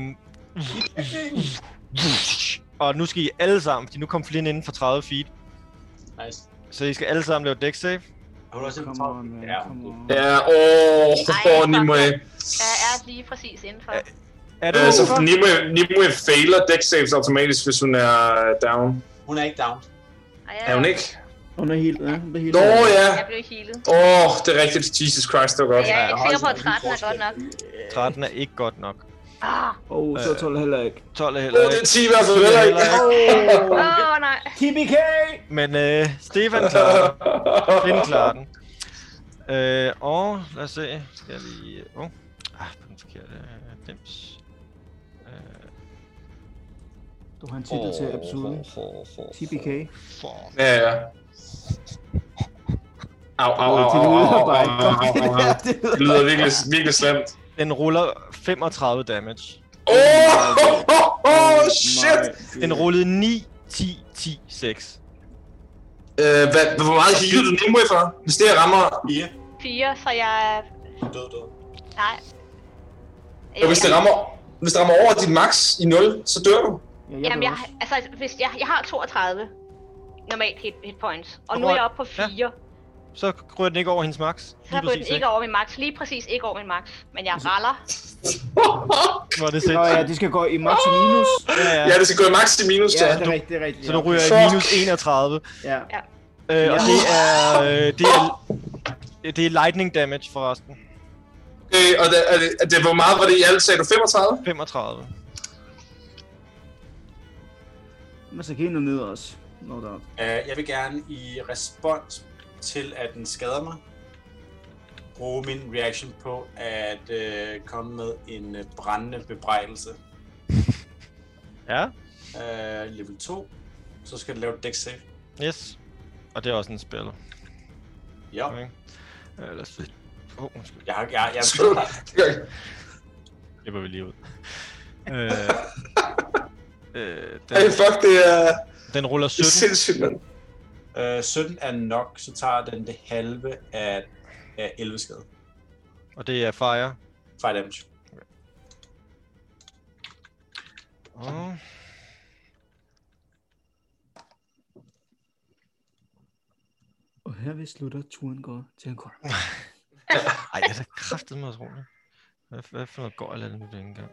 og nu skal I alle sammen, fordi nu kom Flynn inden for 30 feet. Nice. Så I skal alle sammen lave deck save. Har du også en Come on, man. Ja, Come on. Ja, åh, oh, fuck. Nimue. Jeg er lige præcis indenfor. Er det Øh, så overfor? Nimue, Nimue failer deck saves automatisk, hvis hun er øh, down. hun er ikke down. Og jeg, Er hun ikke? Hun er helt, ja, hun er helt. Nå ja. Jeg blev healet. Åh, oh, det er rigtigt. Jesus Christ, det var godt. Jeg er ikke hold sikker på, at da op, 13 er forskel. godt nok. 13 er ikke godt nok. Ah, Åh, så er 12 heller ikke. 12 er heller Åh, det er ikke. 10 i hvert fald heller ikke. Åh, oh, nej. TBK! Men øh, Stefan klarer den. Flynn klarer den. Øh, og lad os se. Skal jeg lige... Åh, oh. ah, på den forkerte øh, dims. Du har en titel til episoden. TBK. Ja, ja. Au, au, au, au, Åh, det au, au, lyder au, bare ikke au, au, au, au. godt. Det lyder virkelig, virkelig slemt. Den ruller 35 damage. Åh, oh, oh, oh, shit! Den rullede 9, 10, 10, 6. Øh, hvad, hvor meget healede du Nimue for? Hvis det her rammer... Fire. 4, så jeg er... Død, død. Nej. Jo, hvis det rammer, hvis det rammer over dit max i 0, så dør du. Jamen, jeg, altså, hvis jeg, jeg har 32 normalt hit, hit points, og nu er Hvor- jeg oppe på Ja. 4. Ja. Så ryger den ikke over hendes max. Så går den ikke over min max. Lige præcis ikke over min max. Men jeg raller. Hvor er det Nå ja, sindssygt. det skal gå i max og minus. Ja, Ja, ja. det skal gå i max i minus, Ja, ja. det er rigtigt, det er rigtigt. Så nu ja. ryger jeg i minus 31. Øh, Ja. og det er, øh, det er... Det er lightning damage forresten. Okay, og det, er det, er det, hvor meget var det i alt? Sagde du 35? 35. Men så kan I nå ned også. No doubt. Øh, jeg vil gerne i respons til, at den skader mig, bruge min reaction på at øh, komme med en øh, brændende bebrejdelse. Ja, Øh, level 2. Så skal du lave et deck save. yes. Og det er også en spil. Ja. Okay. Øh, lad os se. Åh, oh, undskyld. Jeg, har- jeg, jeg, Skal du- jeg, Det var vi lige ud. øh, øh, Ej, den, fuck, det er den ruller det er 17. sindssygt, mand. øh, 17 er nok, så tager den det halve af, af 11 skade. Og det er fire. 5 damage. Og... Og herved slutter turen går til en kort. Ej, jeg er da kraftedeme også rolig. Hvad, hvad for noget går jeg nu den engang?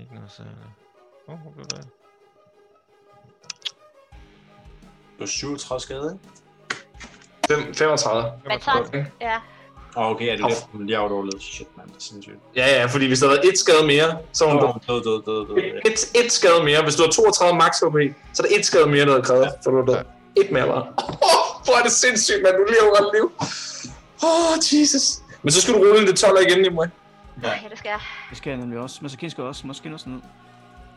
Ikke noget særligt. Åh, oh, hvor det? Du er 37 skade, ikke? Fem- 35. Men så... Ja. Åh, okay, er det det? Hun lige har overlevet. Shit, mand, det er sindssygt. Ja, ja, fordi hvis der havde et skade mere, så var Død, hun død. død, død, død, død. Et, et skade mere. Hvis du har 32 max HP, så er der et skade mere, der havde krævet, for du er død. Et mere bare. Åh, hvor er det sindssygt, mand. Du lever godt liv. Åh, oh, Jesus. Men så skal du rulle en det 12 igen, Nimue. ja. Ej, det skal jeg. Det skal jeg nemlig også. Men så kan skal også. Måske også ned.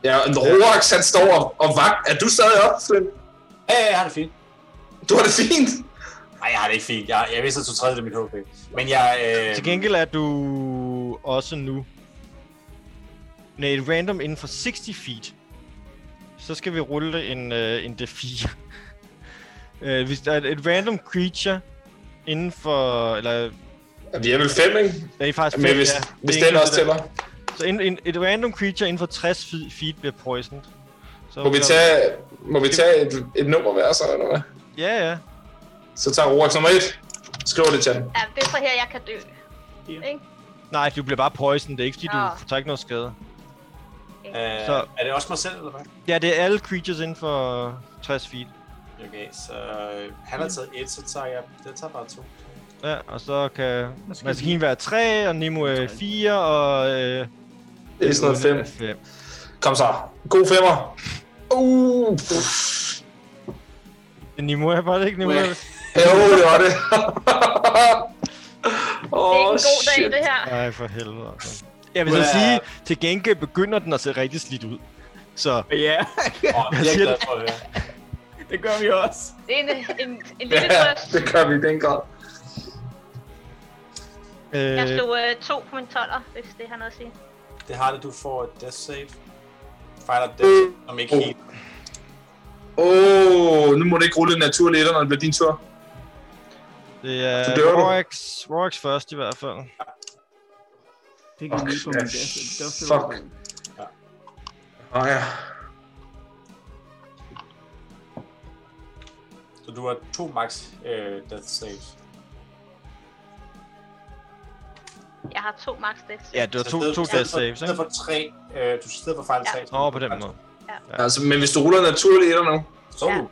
Ja, en Roax, han står og, og vagt. Er du stadig op, Flynn? Ja, ja, jeg har det fint. Du har det fint. Nej, jeg har det ikke fint. Jeg, jeg vidste, at to tredjedel af mit HP. Men jeg... Øh, Til gengæld er du også nu... Nej, et random inden for 60 feet. Så skal vi rulle en, øh, en D4. øh, hvis der er et random creature inden for... Eller, Vi er vel fem, ikke? der er faktisk Men fem, hvis, ja. Det er hvis ikke den noget, også det der. tæller. Så en, en, et random creature inden for 60 fe- feet bliver poisoned. Så Må vi ruller- tage, må vi tage et, et nummer hver, så eller hvad? Ja, ja. Så tager Roax nummer et. Skriver det til den. Ja, det er så her, jeg kan dø. Ja. Ikke? Nej, du bliver bare poison. Det er ikke fordi, Nå. du tager ikke noget skade. Øh, Så- Er det også mig selv, eller hvad? Ja, det er alle creatures inden for 60 feet. Okay, så øh, han har taget et, så tager jeg... Jeg tager bare to. Ja, og så kan skal Masakine være 3, og Nemo er 4, og... Øh, Det er sådan noget fem. 5. Kom så. God femmer. Uh, pff. Nemo er bare det ikke Nemo. Ja. Er... jo, oh, det var det. Det er Åh, ikke en god dag, shit. det her. Nej, for helvede. Altså. Jeg vil så Ja. sige, til gengæld begynder den at se rigtig slidt ud. Så Ja, Åh, det er Jeg jeg siger glad for at høre. det gør vi også. Det er en, en, en Ja, lille trøst. det gør vi i den grad. Jeg øh, slog øh, to på min toller, hvis det har noget at sige. Det har det, du får et death save. Fighter death save, om ikke Oh. helt. Åh, oh, nu må du ikke rulle naturligt, når det bliver din tur. det Så er dør du. Rorax, Rorax først i hvert fald. Det kan vi Fuck, ikke på min ja, gas. Det er også fuck. det, der Åh ja. Så du har to max øh, death saves. Jeg har to max deaths. Ja, det var Så to, stedet- to i stedet death for- saves, I stedet ikke? for tre, øh, du sidder for fejl Ja. tre. Nå, på den måde. Altså, men hvis du ruller naturligt etter nu, Så er du.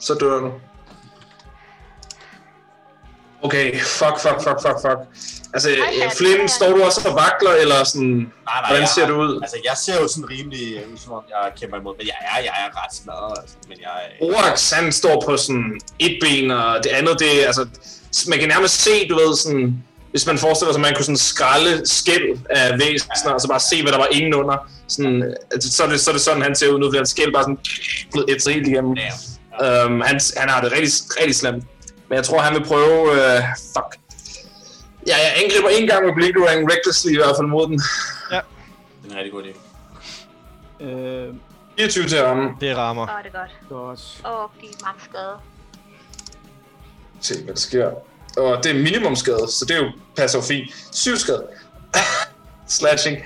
så dør du. Okay, fuck, fuck, fuck, fuck, fuck. Altså, Ej, ja, Flynn, det er- står du også og vakler, eller sådan... Nej, nej, Hvordan jeg- ser du ud? Altså, jeg ser jo sådan rimelig øh, ud, som om jeg kæmper imod, men jeg er, jeg er ret smadret, altså. Men jeg er... Orax, han står på sådan et ben, og det andet, det er, altså, man kan nærmest se, du ved, sådan, hvis man forestiller sig, at man kunne sådan skralde skæld af væsener, og så bare se, hvad der var indenunder. Sådan, altså, så, er det, så er det sådan, han ser ud nu, fordi hans skæld bare sådan blevet et helt igennem. Ja. Øhm, han, han har det rigtig, rigtig slemt. Men jeg tror, han vil prøve... Øh, fuck. Ja, jeg angriber en gang med Blinkerang recklessly i hvert fald mod den. Det er en rigtig god idé. Øh, 24 til ham. Det rammer. Så er det godt. godt. Og de er max skade. Se, hvad der sker. Og det er minimumskade, så det er jo passer jo fint. Syv skade. Slashing.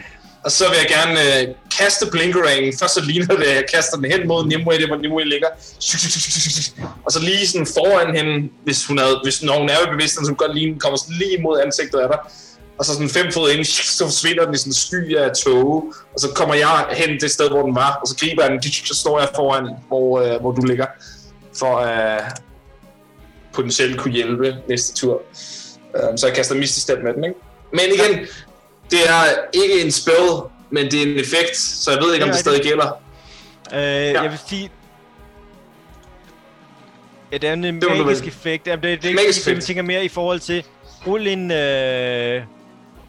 Og så vil jeg gerne øh, kaste blinkerangen. Først så ligner det, at jeg kaster den hen mod Nimue, det er, hvor Nimue ligger. Og så lige sådan foran hende, hvis hun havde, hvis, når hun er ved bevidstheden, så kunne godt ligne, den kommer sådan lige mod ansigtet af dig. Og så sådan fem fod ind, så forsvinder den i sådan en sky af tåge. Og så kommer jeg hen det sted, hvor den var, og så griber jeg den, så står jeg foran, hvor, øh, hvor du ligger. For øh, potentielt kunne hjælpe næste tur. Øhm, så jeg kaster Misty Step med den, ikke? Men igen, det er ikke en spell, men det er en effekt, så jeg ved ikke, om Det er det stadig gælder. Øh, Jeg vil sige... Ja, det er en var noget magisk vel. effekt. Jamen, det, det, det, Magisk magisk effekt. Jeg effekt. tænker mere i forhold til... Rul en... Øh,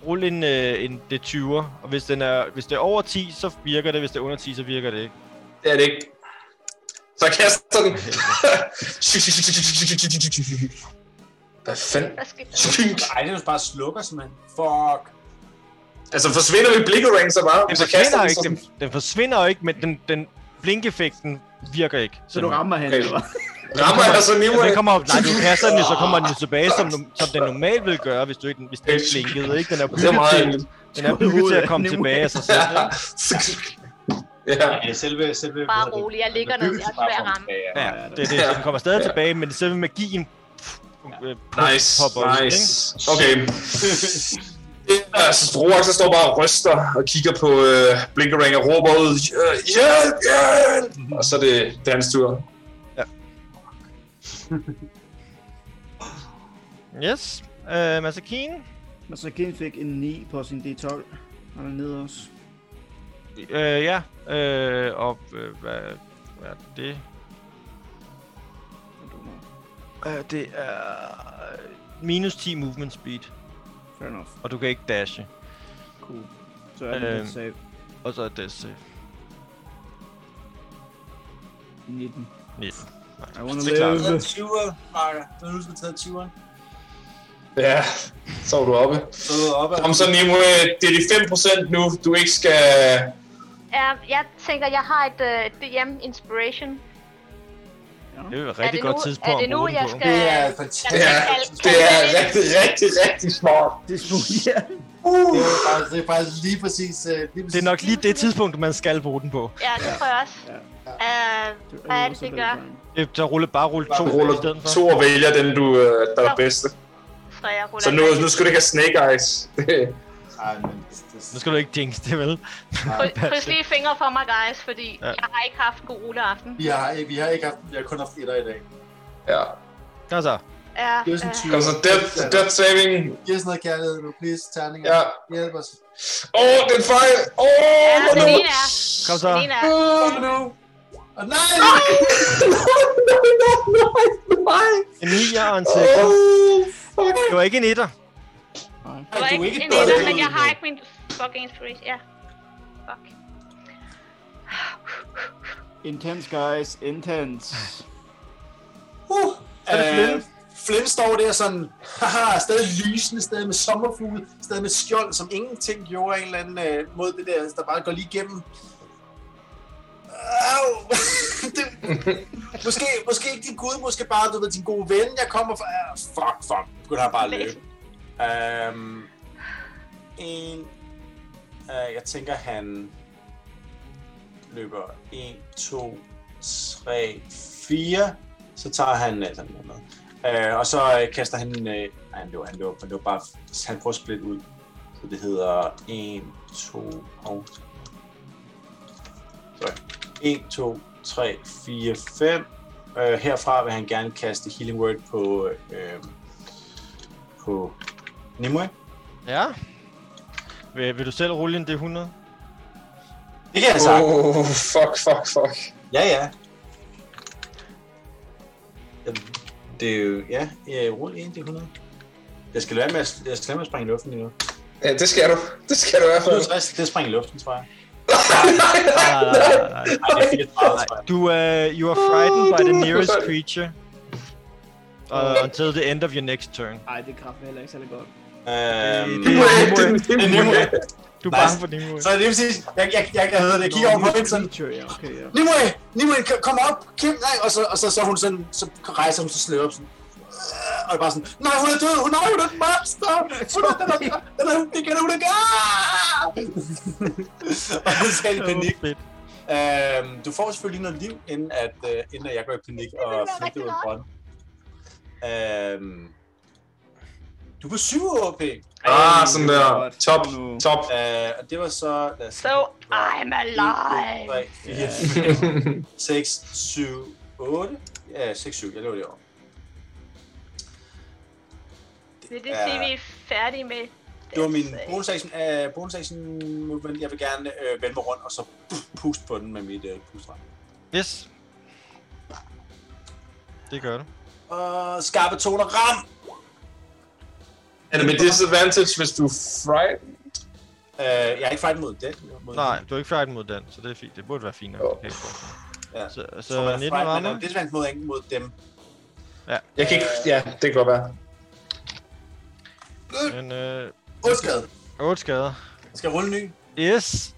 rul en, øh, en D20'er, og hvis, den er, hvis det er over 10, så virker det, hvis det er under 10, så virker det ikke. Det er det ikke. Så jeg kaster den. Hvad fanden? Der skal... Ej, det er jo bare slukker, simpelthen. Fuck. Altså forsvinder vi blikkerang så meget, Den hvis jeg kaster forsvinder, den ikke, sådan. den, den forsvinder jo ikke, men den, den blinkeffekten virker ikke. Så du rammer han, Okay. eller hvad? Rammer jeg så Ja, den Nimue? kommer op, nej, du kaster den jo, så kommer den jo tilbage, som, nu- som den normalt vil gøre, hvis, du ikke, hvis den ikke Okay. blinkede, ikke? Den er Det er bygget meget til, hyggeligt. den er bygget til at komme Nemo. tilbage af sig selv. ikke? Ja. Ja, det er selve... selve Bare rolig, jeg ligger ned, jeg er svær at ramme. Ja, Ja. det, er det, Ja. så den kommer stadig Ja. tilbage, men selve magien pff, øh, Nice, popper ud, nice. ikke? Okay. Altså, Roax der står bare og ryster og kigger på øh, Blinkering og råber ud, "Øh, hjælp, hjælp! Og så er det, det er hans tur. Yes. Øh, Masakine. Men så Ken fik en 9 på sin D12. Han er nede også. Øh, ja. Øh, og øh, hvad, hvad er det? Jeg dummer. Øh, det er øh, minus 10 movement speed, Fair enough. og du kan ikke dashe. Cool. Så er det Øhm. øh... save. Og så er det save. 19. Ja. I wanna Det er klart. Du har live. taget 20'eren, Marker. Du har nu skal tage 20'eren. Ja, så er du oppe. Så er du oppe. Kom så, Nemo, øh, det er de 5% nu, du ikke skal... Ja, jeg tænker, jeg har et øh, DM Inspiration. Det er et Er rigtig det godt nu- tidspunkt er det at nu, bruge den jeg på. skal- Det er Jeg Det fantastisk. kan er, kalde- det er rigtig, rigtig, rigtig smart. Det er smule, ja. Det er faktisk- Det er faktisk lige præcis... øh, Lige præcis. Det er nok lige det tidspunkt, man skal bruge den på. Ja, det tror jeg også. Ja. Øh, hvad er det, også det veldig gør? Øh, fint. Så rulle bare rulle to Du ruller i stedet ruller for. to og vælger den, du, øh, der er bedste. Så jeg ruller Så nu, den. nu skal du ikke have Snake Eyes. Ej, men det, det, Nu skal du ikke jinx det, vel? Kryds- Kryds lige fingre for mig, guys, fordi Ja. ja. jeg har ikke haft god juleaften. vi, har, vi har ikke haft, vi har kun haft etter i dag. Ja. Kom så. Ja, øh, Det er sådan 20. Kom så, death, death saving. Giv os noget kærlighed nu, please, terninger. Ja. Hjælp os. Åh, oh, den fejl. Åh, oh, ja, den ene er. Kom så. Den ene er. Åh, no. Åh, nej! nej! Nej. En 9 og en 6. Oh, fuck. Det var ikke en etter. Det var du er ikke ikke en død. etter, men jeg har ikke min fucking inspiration. Ja. Fuck. Intense, guys. Intense. Uh, Er det Flynn? øh, Flynn står der sådan, haha, stadig lysende, stadig med sommerfugle, stadig med skjold, som ingenting gjorde af en eller anden øh, mod det der, der bare går lige igennem. Au! det, måske, måske ikke din gud, måske bare, du ved, din gode ven, jeg kommer fra. Ah, fuck, fuck, du kunne da bare løbe. Øhm, en, øh, jeg tænker, han løber 1, 2, 3, 4. Så tager han altså den er med. Øh, og så øh, kaster han, øh, ej, han løber, han løber, han løber bare, han prøver at splitte ud. Så det hedder 1, 2, og... Sorry. 1, 2, 3, 4, 5. Øh, herfra vil han gerne kaste Healing Word på, øh, på Nimue. Ja. Vil, vil du selv rulle en D100? Det kan jeg sagt. Oh, fuck, fuck, fuck. Ja, ja. Jamen, Det er jo, ja, øh, rul 1 til 100. Jeg skal lade med at, jeg skal lade med at springe i luften lige nu. Ja, det skal du. Det skal du i hvert fald. 67, det er springe i luften, tror jeg. Nej, nej, nej, nej. Nej, det er 34, tror jeg. Du er... you are frightened by the nearest Åh, du- creature. Uh, until the end of your next turn. Ej, det kræfter heller ikke særlig godt. Øhm, Det er Det Nimue. er Nimue. Du er Nice. bange for Nimue. så det vil sige, jeg, jeg, jeg, jeg, jeg, jeg kigger over på hende sådan, Creature, ja, okay, ja. Nimue, Nimue, k- kom op, kæm, nej, og så, og så, så hun sådan, så rejser hun så slører op sådan, øh, og bare sådan, nej, hun er død, hun er, hun er et monster, hun er, den er, den er, det kan hun ikke, ah! og hun skal i panik, Åh, fedt. Øhm, du får selvfølgelig noget liv, inden, at, øh, inden at jeg går i panik og flygter ud af brønden. Øhm, du er på 7 HP. Ah, sådan der. Top, top. Øh, og det var så... Lad os So I'm alive. 3, 4, 5, 6, 7, 8. Ja, 6, 7. Jeg lå det over. Vil det sige, at vi er færdige med Altså, Det var min den sag? bonusaction, øh, bonusaction movement. Jeg vil gerne øh, vende mig rundt og så puste på den med mit øh, pustrand. Yes. Det gør du. Og skarpe toner. Ram! Er det med disadvantage, hvis du er fright? Øh, jeg er ikke fejlet mod det. Mod Nej, du er ikke frighten mod den, så det er fint. Det burde være fint. nok. Jo. Okay. Ja. Så, Så man så er 19 fright, men rammer. Det er svært mod, ikke mod dem. Jeg kan ikke... Ja, det kan godt være. Men øh, Undskade. 8 skader. Skal jeg rulle en ny? Yes.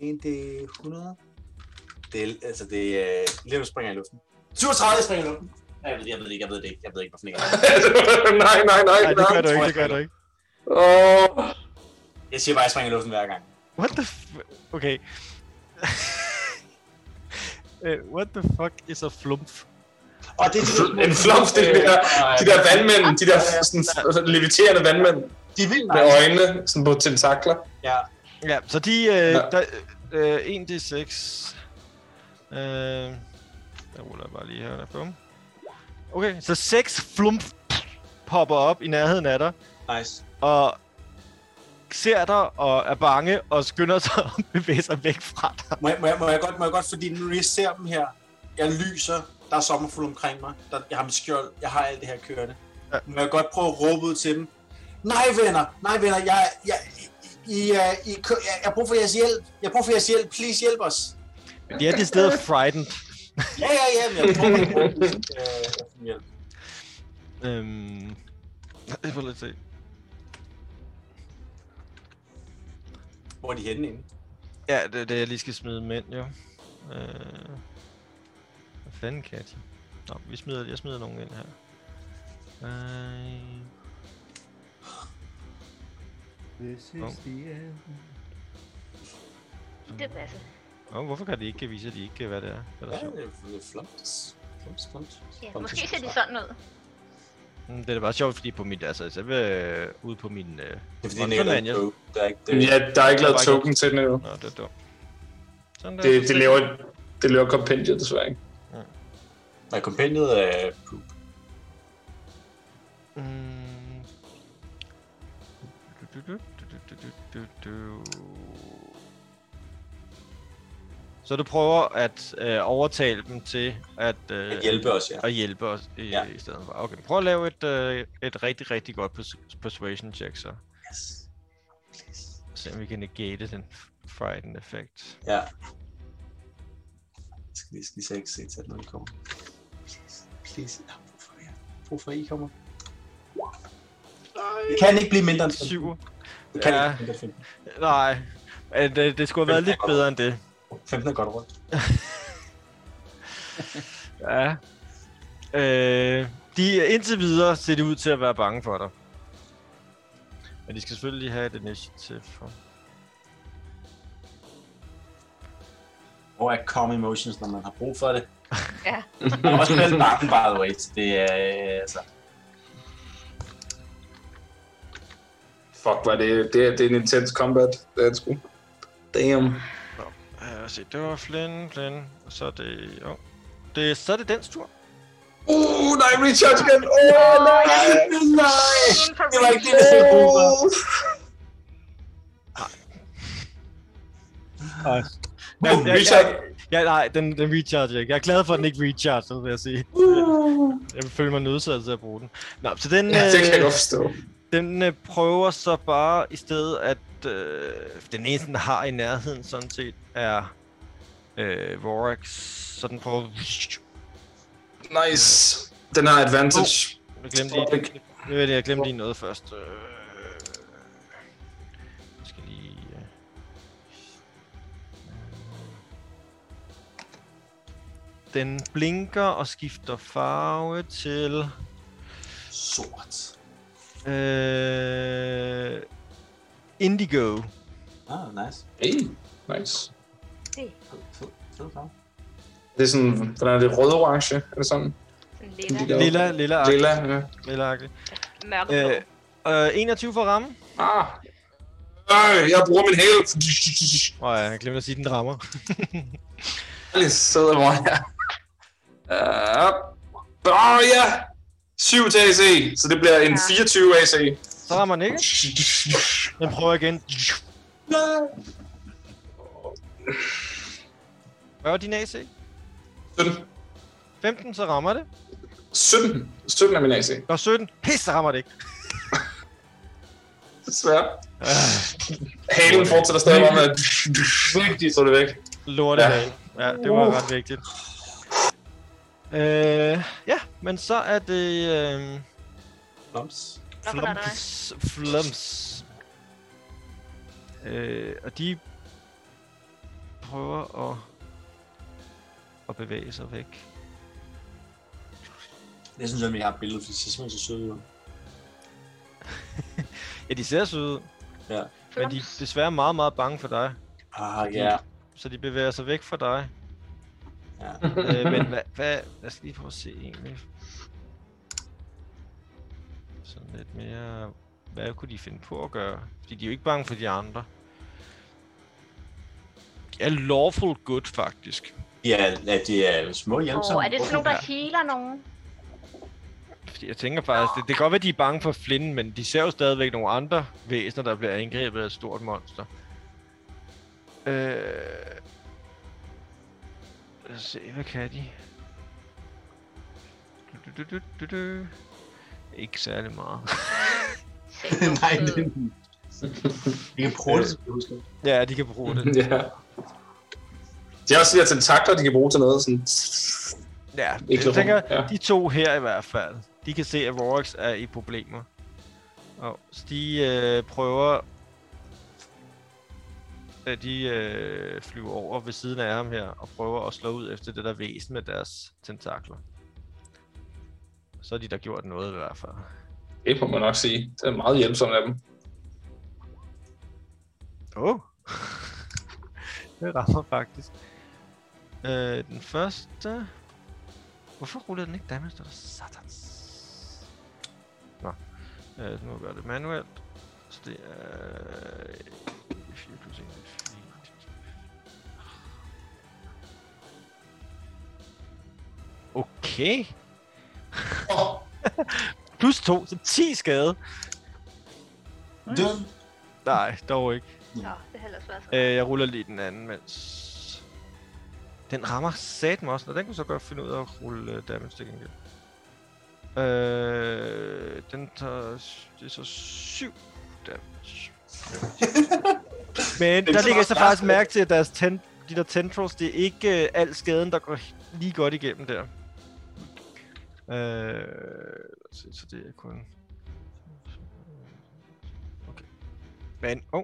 1 det er 100. Det er, altså det er... Lige nu springer jeg i luften. 37 jeg springer i luften. Nej, Jeg ved, jeg ved det ikke, jeg ved det ikke, jeg ved ikke, hvorfor jeg nej, nej, nej. Nej, det gør nej. du ikke, det gør du ikke. Åh, Jeg siger bare, jeg springer i luften hver gang. What the f- Okay. Øh, What the fuck is a flump? Og det er de, fl- en flump, det er de der, de der vandmænd, de der sådan, leviterende vandmænd De er vildt med nice. øjnene, sådan på tentakler. Ja. Ja, så de... Øh, der, øh, 1d6... Øh, der ruller jeg bare lige her. Der. Bum. Okay, så 6 flump popper op i nærheden af dig, Nice. og ser dig og er bange, og skynder sig og bevæger sig væk fra dig. Må jeg, må, jeg, må, jeg godt, må jeg godt, fordi nu jeg ser dem her, jeg lyser, der er sommerfuld omkring mig, der, jeg har mit skjold, jeg har alt det her kørende. Ja. Må jeg godt prøve at råbe ud til dem, nej venner, nej venner, jeg, jeg, I, I, er- I, kø- jeg, jeg bruger for jeres hjælp, jeg bruger for jeres hjælp, please hjælp os. Men de er det sted frightened. Ja, ja, ja, men jeg prøver at bruge øh, hjælp. Øhm... Det får lidt se. Hvor er de henne inde? Ja, det er det, jeg lige skal smide mænd, jo. Øh... Hvad fanden kan jeg tage? Nå, vi smider, jeg smider nogen ind her. Øh... This Hov. is the end. Det passer. Nå, hvorfor kan de ikke vise, at de ikke kan, hvad det er? Hvad der Ja, er sjovt? det er flumps. Flumps, flumps. Ja, måske ser de sådan ud. Mm, Det er da bare sjovt, fordi på mit, altså, så øh, ude på min... Øh, Det er fordi, Sådan den ikke er er jeg. lavet på. Der er ikke det. Ja, der er ikke lavet Der var ikke- token til den endnu. nå, det er dumt. Sådan der. Det, det laver, det laver kompendiet desværre ikke. Nej, kompendiet er poop. Mm. Du, du, du, du, du, du, du, du. Så du prøver at øh, overtale dem til at, øh, At hjælpe os, ja. at hjælpe os i, Ja. ja. i stedet for. Okay, prøv at lave et, øh, et rigtig, rigtig godt pers- persuasion check så. Yes. Please. Se om vi kan negate den frightened effekt. Ja. Jeg skal lige, skal lige se til, at noget kommer. Please, please. Jeg har brug for jer. Brug for, at I kommer. Det kan ikke blive mindre end 15. Syv. Det kan Ja. ikke blive mindre end 15. Nej, øh, det, det skulle have været lidt bedre end det. 15 er godt rundt. Ja. Øh, de er indtil videre ser det ud til at være bange for dig. Men de skal selvfølgelig lige have et initiativ for. Hvor er calm emotions, når man har brug for det? Ja. Jeg har også spillet Marken, by the way. så Det er, øh, altså, Fuck, var det, det, er- det er en intens combat. Det er det sgu. Damn. Ja, se, det var Flynn, Flynn, og så er det... Jo. det så er det dens tur. Uh, nej, recharge igen. Åh, oh, nej, nej. Inden for Øh, det var ikke det, jeg havde brug for. Oh. Ja, ja, recharge. ja, ja, nej, den, den recharger ikke. Jeg er glad for, at den ikke recharger, vil jeg sige. Jeg føler mig nødsaget til at bruge den. Nå, så den, Ja, det kan jeg øh, godt forstå. den øh, prøver så bare i stedet at... Øh, den eneste, den har i nærheden sådan set, er øh, Vorax. Så den prøver Nice. Oh. Den har advantage. Jeg glemte lige, nu er det, jeg glemte lige noget først. Øh, Jeg skal lige... øh. Den blinker og skifter farve til... sort. Øh, indigo. Ah, nice. Hey, nice. Fed, fed, fed farve. Det er sådan, hvordan er det? Rød-orange? Er det sådan? Sådan lilla, Lilla. Jo. Lilla, lilla, Lilla? Ja. lilla. mørkeblå. Øh, øh, 21 for ramme. Ah. Øh, jeg bruger min hæl. Åh ja, jeg glemte at sige, at den rammer. Lidt sød, hvor jeg er. Øh, Åh, ja. 7 til AC, så det bliver en Ja. 24 AC. Så rammer den ikke. Den prøver igen. Hvad var din AC? 17. 15, så rammer det. 17. 17 er min AC. Nå, 17. Pis, så rammer det ikke. Desværre. Ah. Halen fortsætter stadig bare med at... Så er det væk. Lorte Ja. ja. ja, det var ret vigtigt. Øh, ja, men så er det øh, Blums. Nå, hvordan er det? flumps, flumps. Øh, og de prøver at, at bevæge sig væk. Jeg synes, at vi har et billede, fordi sidste gang så søde ud. Ja, de ser søde ud, men de er Flums. desværre meget, meget bange for dig. Ah, ja. Så de bevæger sig væk fra dig. ja. øh, men hvad, hvad, jeg skal lige prøve at se egentlig. Sådan lidt mere, hvad kunne de finde på at gøre? Fordi de er jo ikke bange for de andre. De er lawful good, faktisk. De er, at de er små hjælpsomme. Åh, er det sådan nogen, der healer nogen? Fordi jeg tænker faktisk, det, det kan godt være, de er bange for Flynn, men de ser jo stadigvæk nogle andre væsener, der bliver angrebet af et stort monster. Øh... Lad os se, hvad kan de? Du, du, du, du, du, du. Ikke særlig meget. Nej, det Vi kan prøve det. Ja, de kan bruge det. Ja. De har også de her tentakler, de kan bruge til noget. Sådan. Ja, Ikke jeg så tænker, rum, ja. de to her i hvert fald, de kan se, at Vorax er i problemer. Og så de øh, prøver... At de øh, flyver over ved siden af ham her, og prøver at slå ud efter det der væsen med deres tentakler. Så har de da gjort noget i hvert fald. Det må man nok sige. Det er meget hjælpsomt af dem. Åh! Oh. det rammer faktisk. Øh, den første... Hvorfor rullede den ikke damage, der er satans? Nå. Øh, så nu gør jeg det manuelt. Så det er... 4 plus 1, det er 4. Okay. Åh, Plus 2, så 10 skade. Øh, du, Nej, dog ikke. Nå, det har ellers været så. Øh, jeg ruller lige den anden, mens... Den rammer satan også, og den kunne så godt finde ud af at rulle uh, damage til gengæld. Øh, den tager... s- Det er så 7 damage. Men Den der tager ligger så også faktisk bare- mærke til, at deres ten, de der tendrils, det er ikke uh, al skaden, der går lige godt igennem der. Øh, lad os se, så det er kun... Okay. Men, oh.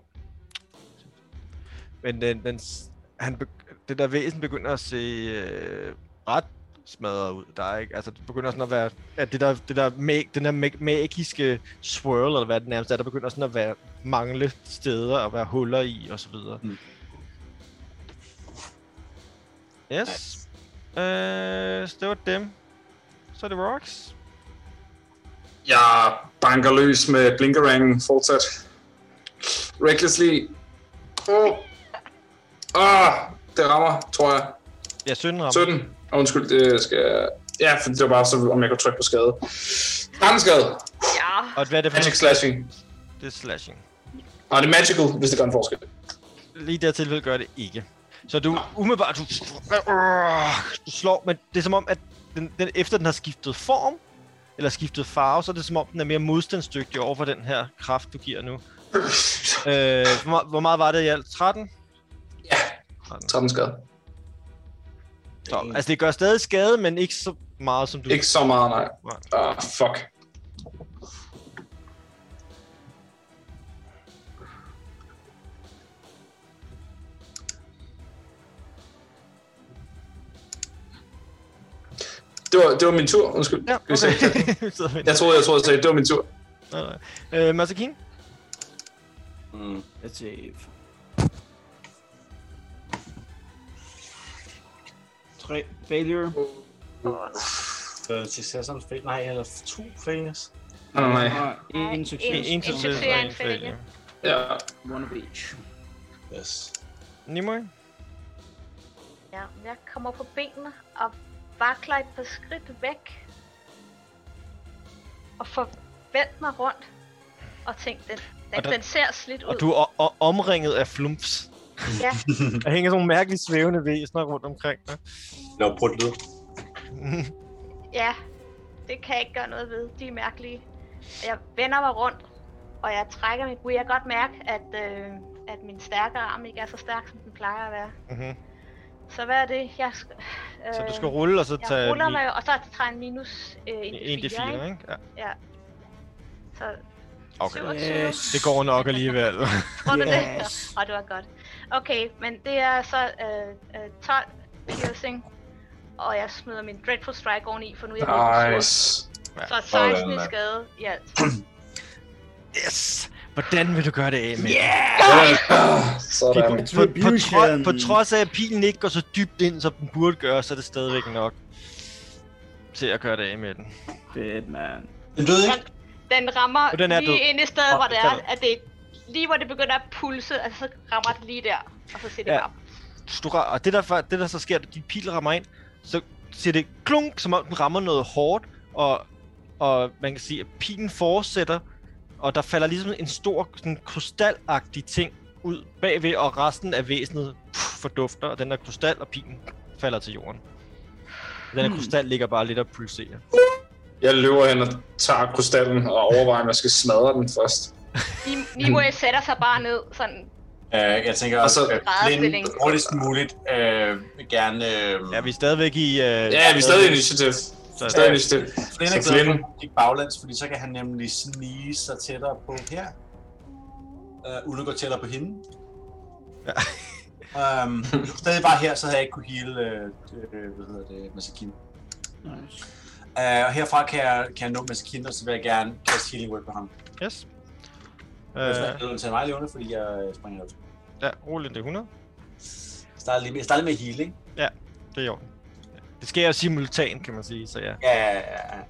Men den, den, s- han, beg- det der væsen begynder at se øh, ret smadret ud. Der er ikke, altså, det begynder sådan at være, at det der, det der mag, den der mag, magiske swirl, eller hvad det nærmest er, der begynder sådan at være, mangle steder og være huller i, og så videre. Mm. Yes. Øh, så det var dem. Så er det Rocks. jeg banker løs med blinkerangen fortsat. Recklessly. Åh, oh. det rammer, tror jeg. Ja, 17 rammer. 17. Oh, undskyld, det skal jeg... Ja, for det var bare så, om jeg kunne trykke på skade. Brandskade. Øh. Ja, Og hvad er det for Magic noget? slashing. Det er slashing. Og det er magical, hvis det gør en forskel. Lige i det her tilfælde gør det ikke. Så du umiddelbart, du, du slår, men det er som om, at den, den, efter den har skiftet form, eller skiftet farve, så er det som om, den er mere modstandsdygtig over for den her kraft, du giver nu. Øh, hvor, meget- hvor meget var det i alt? 13? Ja, 13 skade. Så, altså, det gør stadig skade, men ikke så meget, som du... Ikke så meget, nej. Nej. Ah, fuck. Det var, det var min tur, undskyld. Ja, Skal vi se. okay. Sidder vi- Jeg troede, jeg troede, jeg sagde, det var min tur. Nej, nej. øh, Masakin? Mm. Let's save. 3. Failure. Så Øh, til Sassons fail. Nej, eller to failures. Nej, nej, nej. Og en En- succes. en succes og en failure. Ja. One of each. Yes. Nimue? ja, jeg kommer på benene og vakler et par skridt væk. Og får vendt mig rundt og tænkt, den, den, Og der- den ser slidt ud. Og du er o- o- omringet af flumps. Ja, Der hænger sådan nogle mærkelige svævende væsener rundt omkring dig. Nå, brudt lyd. ja, det kan jeg ikke gøre noget ved. De er mærkelige. Og jeg vender mig rundt, og jeg trækker min bue. Jeg kan godt mærke, at, øh, at min stærke arm ikke er så stærk, som den plejer at være. Mhm. Så hvad er det? Jeg, sk- øh, Så du skal rulle, og så tage jeg ruller en- mig, og så tager jeg en minus øh, en d 4, ikke? Ja. Ja. Så Okay. 27. Yes. Det går nok alligevel. Tror du det? Yes. Og det var godt. Okay, men det er så øh, øh, 12 piercing. Og jeg smider min Dreadful Strike oveni, for nu er jeg blevet Nice. sur. Så 16 i skade i alt. Yes! Hvordan vil du gøre det, Emil? Yeah! Ah, Sådan. På, på, tro, Retribution. på trods af, at pilen ikke går så dybt ind, som den burde gøre, så er det stadigvæk nok til at gøre det af med den. Fedt, man. Den døde ikke. Den rammer Og den er lige død. ind i stedet, Åh, hvor det den er er, død. at det lige hvor det begynder at pulse, altså så rammer det lige der, og så siger det Ja. ja. bare, du, ra- og det der, fa- det der så sker, at din pil rammer ind, så siger det klunk, som om den rammer noget hårdt, og, og man kan sige, at pilen fortsætter, og der falder ligesom en stor sådan, krystalagtig ting ud bagved, og resten af væsenet pff, fordufter, og den der krystal og pilen falder til jorden. Den her krystal ligger bare lidt og pulserer. Jeg løber hen og tager krystallen og overvejer, om jeg skal smadre den først. Nim- Nimue sætter sig bare ned, sådan, Øh, jeg tænker Og så- også, at Grædestilling. Blind hurtigst muligt øh, gerne... Øh, Ja, vi er stadigvæk i... Øh, Ja, vi er stadig i initiativ. Så- Stadig i initiativ. Flynn Så er glad for, Flynn- at han gik baglands, fordi så kan han nemlig snige sig tættere på her. Uh, Ulle går tættere på hende. Ja. um, stadig bare her, så havde jeg ikke kunne hele, øh, hvad hedder det, Masakin. Nice. Uh, og herfra kan jeg, kan jeg nå Masakin, og så vil jeg gerne kaste Healing Word på ham. Yes. Øh. Øh, Jeg vil tage mig levende, fordi jeg øh, springer op. ja, rolig det 100. Jeg starter lidt med, jeg starter med healing. Det er i orden. Det sker jo simultan, kan man sige, så ja. Ja, ja, ja, ja.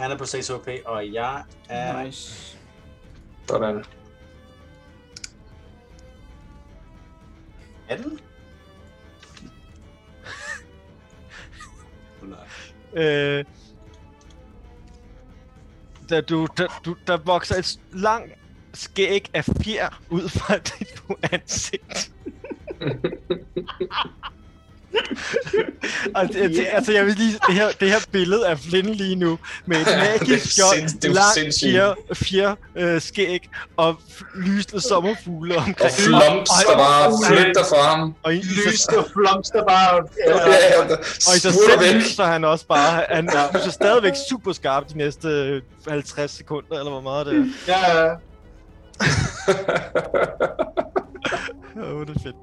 Han er på 6 HP, og jeg er... Nice. Nice. Sådan. 18? Nej. Øh, der, du, der, du, der vokser et s- langt skæg af fjer ud fra dit ansigt. og det, det, altså, jeg vil lige, det, her, det her billede af Flynn lige nu, med et magisk Det er skjold, sinds- det er langt sindssygt. fjer, fjer øh, skæg og f- lysende sommerfugle Og omkring. flumps, der bare flygter fra ham. og, i, i, sig- Lys og flums, der bare... Ja, ja, ja. og i sig Smutter selv væk. lyser han også bare. Han lyser stadigvæk super skarp de næste øh, 50 sekunder, eller hvor meget det er. Ja, ja. Åh, oh, det er fedt.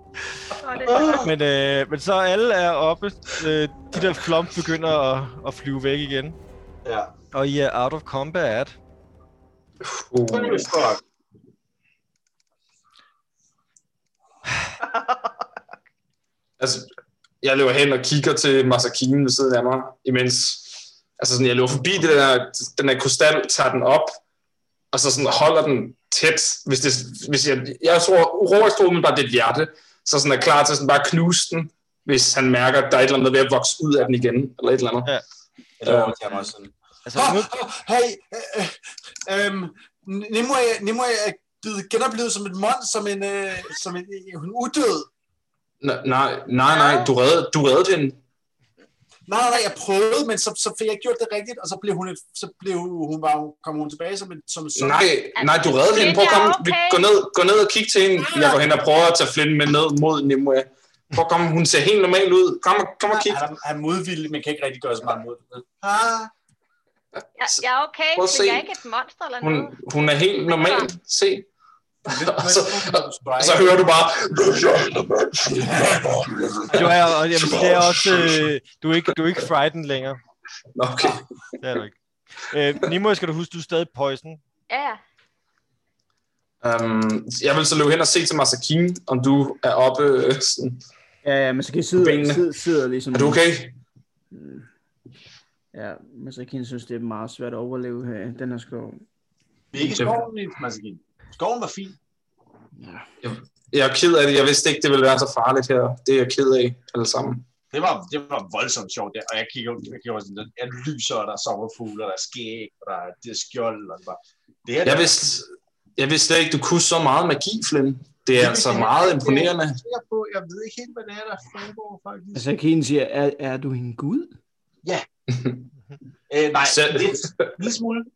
Så er det oh. Men, øh, men så alle er oppe. Øh, de der flump begynder at, at flyve væk igen. ja. Og I er out of combat. Uh, Fuck. altså, jeg løber hen og kigger til Masakinen ved siden af mig, imens altså sådan, jeg løber forbi det der, den der krystal, tager den op, og så sådan holder den tæt. Hvis, det, hvis jeg, jeg tror, Rorik stod med bare det er et hjerte, så sådan er klar til sådan bare at knuse den, hvis han mærker, at der er et eller andet ved at vokse ud af den igen, eller et eller andet. Jeg lover, at jeg var sådan... Altså, Ah, nu, ah, Hey, øh, øh, øhm, Nimue, Nimue er blevet genoplevet som et mond, som en, øh, som en, en udød. N- nej, nej, nej, du redde, du redde den. Nej, nej, nej, jeg prøvede, men så, så fik jeg ikke gjort det rigtigt, og så blev hun, et, så blev hun bare, kom hun tilbage som en som, som Nej, nej, du redde hende. Prøv at komme, vi Okay. går ned, går ned og kig til hende. Jeg går hen og prøver at tage Flynn med ned mod Nimue. Prøv at komme, hun ser helt normal ud. Kom, og- kom og kig. han, er, han er modvillig, men kan ikke rigtig gøre så meget mod det. Ah, jeg, jeg er okay, Prøv at så se. jeg er ikke et monster eller Hun, noget. hun er helt normal. Se. lidt- Og så, Altså, og så hører du bare... du er, og, jamen, det er også, øh, du, er ikke, du er ikke frightened længere. Nå, Okay. Det er du ikke. Øh, Nimo, skal du huske, du er stadig poison. Ja, ja. Um, jeg vil så løbe hen og se til Masakine, om du er oppe. øh, Sådan. Ja, ja, men så kan I sidde, Benene. sidde, sidde ligesom... Er du okay? Ja, men så kan I synes, det er meget svært at overleve her. i Den her skov. Vi er ikke i skoven, Nils Maskin. Skoven var fin. Jeg er ked af det. Jeg vidste ikke, det ville være så farligt her. Det er jeg ked af alle sammen. Det var, det var voldsomt sjovt der, og jeg kigger, jeg kigger sådan, der- jeg lyser, og der er sommerfugle, og der er skæg, og der er det er skjold, og det var... Det her, Jeg vidste, jeg vidste slet ikke, du kunne så meget magi, Flynn. Det er altså meget imponerende. Jeg, er på, jeg ved ikke helt, hvad det er, der foregår, faktisk. Altså, Kane siger, er, er du en gud? Øh, nej, Selv- lidt, lidt smule. Lille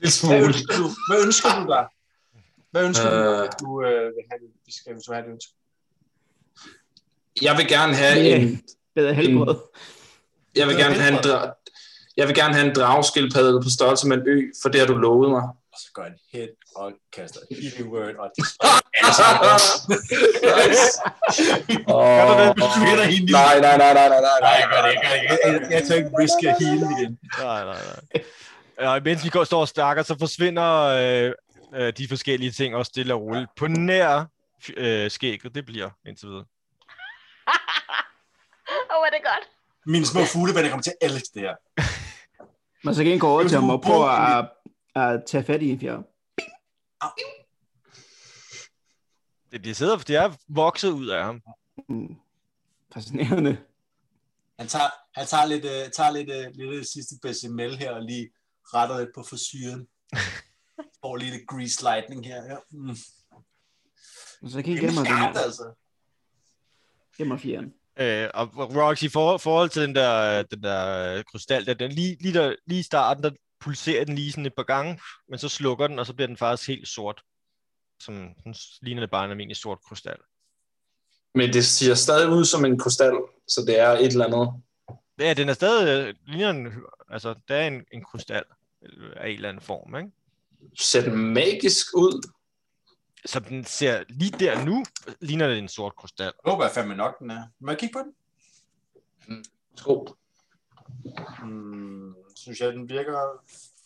Hvad smule. ønsker du, hvad ønsker du dig? Hvad ønsker du, Øh, du øh, vil have, vi skal, hvis du har det ønske? jeg vil gerne have Ja. en, Bedre helbred. jeg vil gerne have en, dra- jeg vil gerne have en drageskildpadde på størrelse med en ø, for det har du lovet mig. Og så går jeg hen og kaster et healing word, og Nice. Gør du det? Åh, Nej, nej, nej, nej, nej, nej, Nej, nej. jeg gør det ikke. Jeg, jeg, jeg tager ikke risk at heale igen. Nej, nej, nej. Og mens vi går, står og snakker, så forsvinder øh, øh, de forskellige ting også stille og roligt. På nær øh, skægget, det bliver indtil videre. Åh, oh, er det godt. Mine små fuglevenner kommer til at elske det her. Men så kan I gå over til ham og Det er jo prøve at, at tage fat i en fjer. Det, det, sidder, det er vokset ud af ham. Mm. Fascinerende. Han tager, han tager lidt, øh, tager lidt, øh, lidt af det sidste bechamel her, og lige retter lidt på forsyren. Får lige lidt grease lightning her. Ja. Mm. Men så kan I Det er gemme mig den skarpt, her. altså. Gemme mig fjeren. Øh, og Rox, i for, forhold til den der, den der øh, krystal, der, den lige, lige, der, lige i starten, der pulserer den lige sådan et par gange, men så slukker den, og så bliver den faktisk helt sort. Som, den s- ligner det bare en almindelig sort krystal. Men det ser stadig ud som en krystal, så det er et eller andet. Ja, den er stadig, øh, ligner en, altså, der er en, en krystal øh, af en eller anden form, ikke? Ser den magisk ud? Som den ser lige der nu, ligner det en sort krystal. Jeg håber jeg fandme nok, den er. Må jeg kigge på den? Tro. Mm, synes jeg, den virker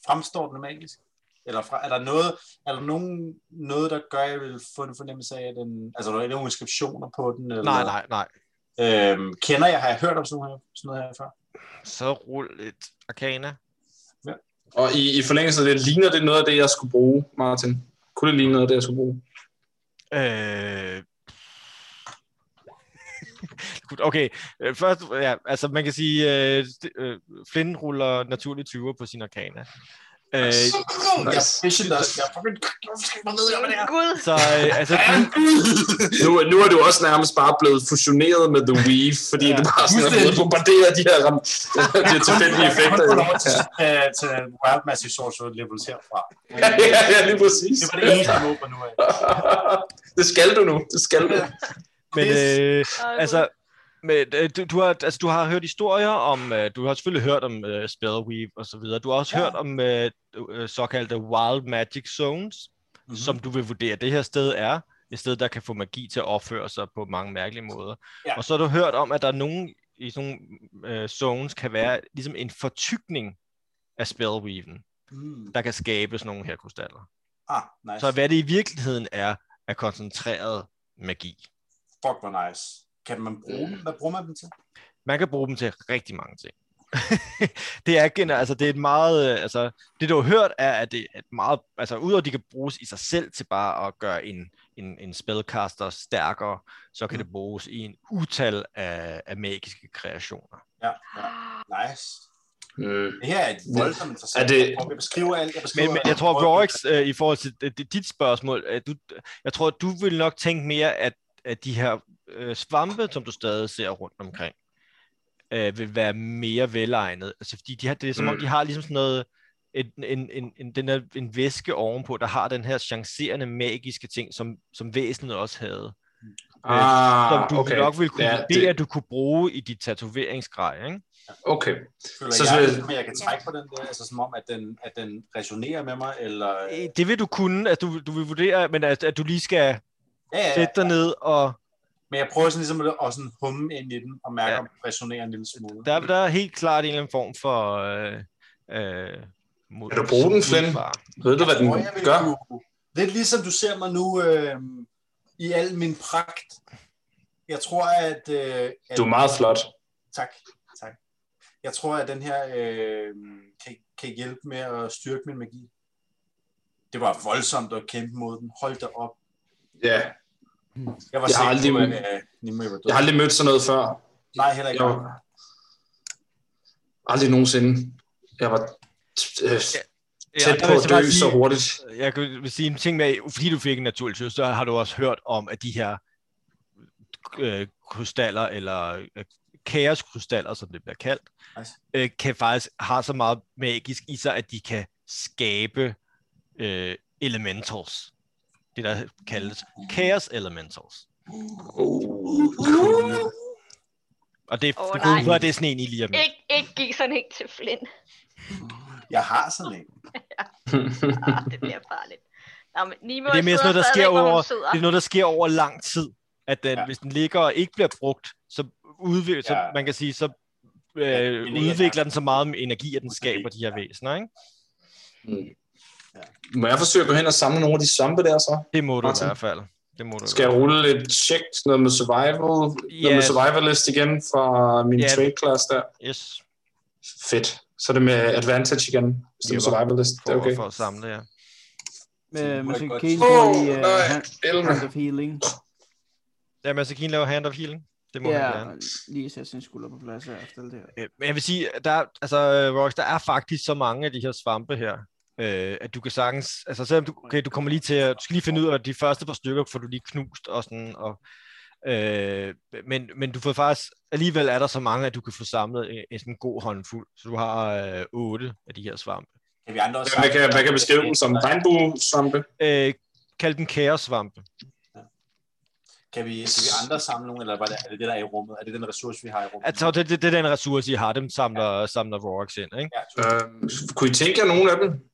fremstående magisk? Eller fra, er der noget, er der nogen, noget, der gør, at jeg vil få en fornemmelse af, at den... Altså, er der nogle inskriptioner på den? Eller, Nej, nej, nej. Øhm, kender jeg, har jeg hørt om sådan noget her, sådan noget her før? Så rul et arcana. Og i, i forlængelse af det, ligner det noget af det, jeg skulle bruge, Martin? Kunne det ligne noget af det, jeg skulle bruge? Øh... Gud, Okay, øh, først, ja, altså man kan sige, øh, det- øh, Flynn ruller naturligt 20'er på sin arkana. Øh, Nice. Jeg er fishing, der skal... Hvorfor skal man vide, hvad det er? Gud, så øh, altså, Ja, du, Nu, nu er du også nærmest bare blevet fusioneret med The Weave, fordi ja. Ja. det er bare sådan, at du Fuldstændig. bombarderer de her, ram- de her tilfældige effekter. Jeg jo. kan kun få lov til, øh, til Wild Massive Sorcerer levels herfra. Ja, ja, ja, lige præcis. Det var det eneste niveau på nu af. det skal du nu. Det skal du. men, øh, og altså, men, øh, du, du, har, altså, du har hørt historier om, øh, du har selvfølgelig hørt om øh, Spellweave og så videre. Du har også Ja. hørt om øh, øh, såkaldte Wild Magic Zones, Mhm. mm-hmm. som du vil vurdere, det her sted er. Et sted, der kan få magi til at opføre sig på mange mærkelige måder. Ja. Ja. Og så har du hørt om, at der er nogen i sådan nogle øh, zones, kan være ligesom en fortykning af Spellweaven, Mm. der kan skabe sådan nogle her krystaller. Ah, nice. Så hvad det i virkeligheden er, er koncentreret magi. Fuck, hvor nice. Kan man bruge dem? Hvad bruger man dem til? Man kan bruge dem til rigtig mange ting. det er gener, altså det er et meget, øh, altså det du har hørt er, at det er et meget, altså udover at de kan bruges i sig selv til bare at gøre en, en, en spellcaster stærkere, så kan det bruges i en utal af, af magiske kreationer. Ja, ja. nice. Øh, Mm. Det her er et voldsomt interessant. Er det- Jeg beskriver alt. Jeg beskriver Men, men jeg tror, Rorix, øh, i forhold til øh, dit spørgsmål, øh, du, jeg tror, du vil nok tænke mere, at, at de her øh, svampe, som du stadig ser rundt omkring, øh, vil være mere velegnet. Altså, fordi de har, det er som om, Mm. de har ligesom sådan noget, en, en, en, en, den her, en væske ovenpå, der har den her chancerende magiske ting, som, som væsenet også havde. Ah, som du okay. nok ville kunne Ja, ja, vurdere, det... at du kunne bruge i dit tatoveringsgrej. Ikke? Okay. Føler Så- så, så- jeg, så, jeg kan trække på den der, altså som om, at den, at den resonerer med mig, eller... Øh, Det vil du kunne, at du, du vil vurdere, men at, at du lige skal Ja, ja, sætte dig ned og men jeg prøver sådan ligesom at, at sådan humme ind i den, og mærke, Ja. ja. om den resonerer en lille smule. Der, der er helt klart en eller anden form for... Øh, øh, mod, Kan du bruge den, Flynn? modfar. Ved du, hvad den Tror jeg, vil gør? kunne- Lidt ligesom du ser mig nu øh, i al min pragt. Jeg tror, at... Øh, at Du er meget flot. Tak, tak. Jeg tror, at den her øh, kan, kan hjælpe med at styrke min magi. Det var voldsomt at kæmpe mod den. Hold da op. Ja. Jeg var Jeg har sikker på, aldrig- at øh, Nimue var død. Jeg har aldrig mødt sådan noget før. Nej, heller ikke. Jeg var... Aldrig nogensinde. Jeg var øh, tæt Ja, jeg på vil at så dø bare sige- så hurtigt. Jeg kan vil sige en ting med, fordi du fik en naturlig sø, så har du også hørt om, at de her øh, krystaller, eller øh, kaoskrystaller, som det bliver kaldt, Nice. øh, kan faktisk har så meget magisk i sig, at de kan skabe øh, elementals. Det, der kaldes chaos elementals. Oh, Og det er Åh, oh, nej. ud fra, at det er sådan en, I lige er med. ikke, ikke gik sådan helt til Flynn. Jeg har sådan en. Ah, det bliver farligt. Nå, men Nimo Men det er mere sådan noget, der sker over, det er noget, der sker over lang tid. At den, Ja. ja. hvis den ligger og ikke bliver brugt, så, udvik, ja. Ja. så man kan sige, så Ja, øh, den ligger udvikler der. den så meget med energi, at den skaber de her væsener, ikke? Må jeg forsøge at gå hen og samle nogle af de svampe der så? Det må du Martin? i hvert fald. Det må du i Skal jeg rulle et check, noget med survival, noget med Ja. survivalist igen fra min Ja. trade class der? hvert fald. Yes, Fedt. Så er det med advantage igen, hvis det er Det med var- survivalist. Det for, er okay. okay. for at samle jer. Med må jeg måske godt- Kane Åh, oh, i uh, nej, elme. Hand of Healing. Ja, men så kan I lave hand of healing. Det må yeah. Ja, gerne. lige sætte sin skulder på plads her efter alt det her. Øh, Men jeg vil sige, at der, er- altså, øh, Rox, der er faktisk så mange af de her svampe her, øh, at du kan sagtens, altså selvom du, okay, du kommer lige til at, du skal lige finde ud af, at de første par stykker får du lige knust og sådan, og, øh, men, men du får faktisk, alligevel er der så mange, at du kan få samlet en, en sådan god håndfuld, så du har øh, otte af de her svampe. Kan vi andre også Hvad kan, hvad kan beskrive dem som? Regnbuesvampe? Øh, kald dem kaosvampe. Kan vi, kan vi andre samle nogle, eller hvad er det- er det det, der er i rummet? Er det den ressource, vi har i rummet? Altså, det, det, det er den ressource, I har, dem samler, samler Rox ind, ikke? Ja, tusind Øh, kunne I tænke jer nogen af dem?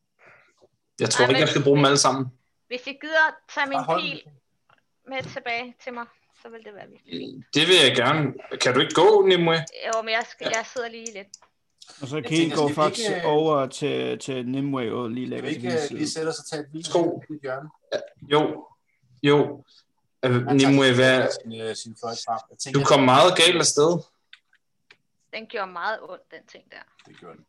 Jeg tror Ej, ikke, men- jeg skal bruge dem alle sammen. Hvis I gider tage min tak. Hold pil med tilbage til mig, så vil det være vildt. Det vil jeg gerne. Kan du ikke gå, Nimue? Jo, men jeg, skal, jeg sidder lige lidt. Og så Kane tænker, skal går vi faktisk ikke, øh, over til, til Nimue og lige Kan vi lægger ikke til øh, min lige side. sætte os og tage et vin Sko. i et hjørne? Jo. Jo. Øh, Han tager Nimue, sin- hvad? Sin, øh, sin fløjt frem. Jeg tænker, Du kom meget galt afsted. Den gjorde meget ondt, den ting der. Det gjorde den.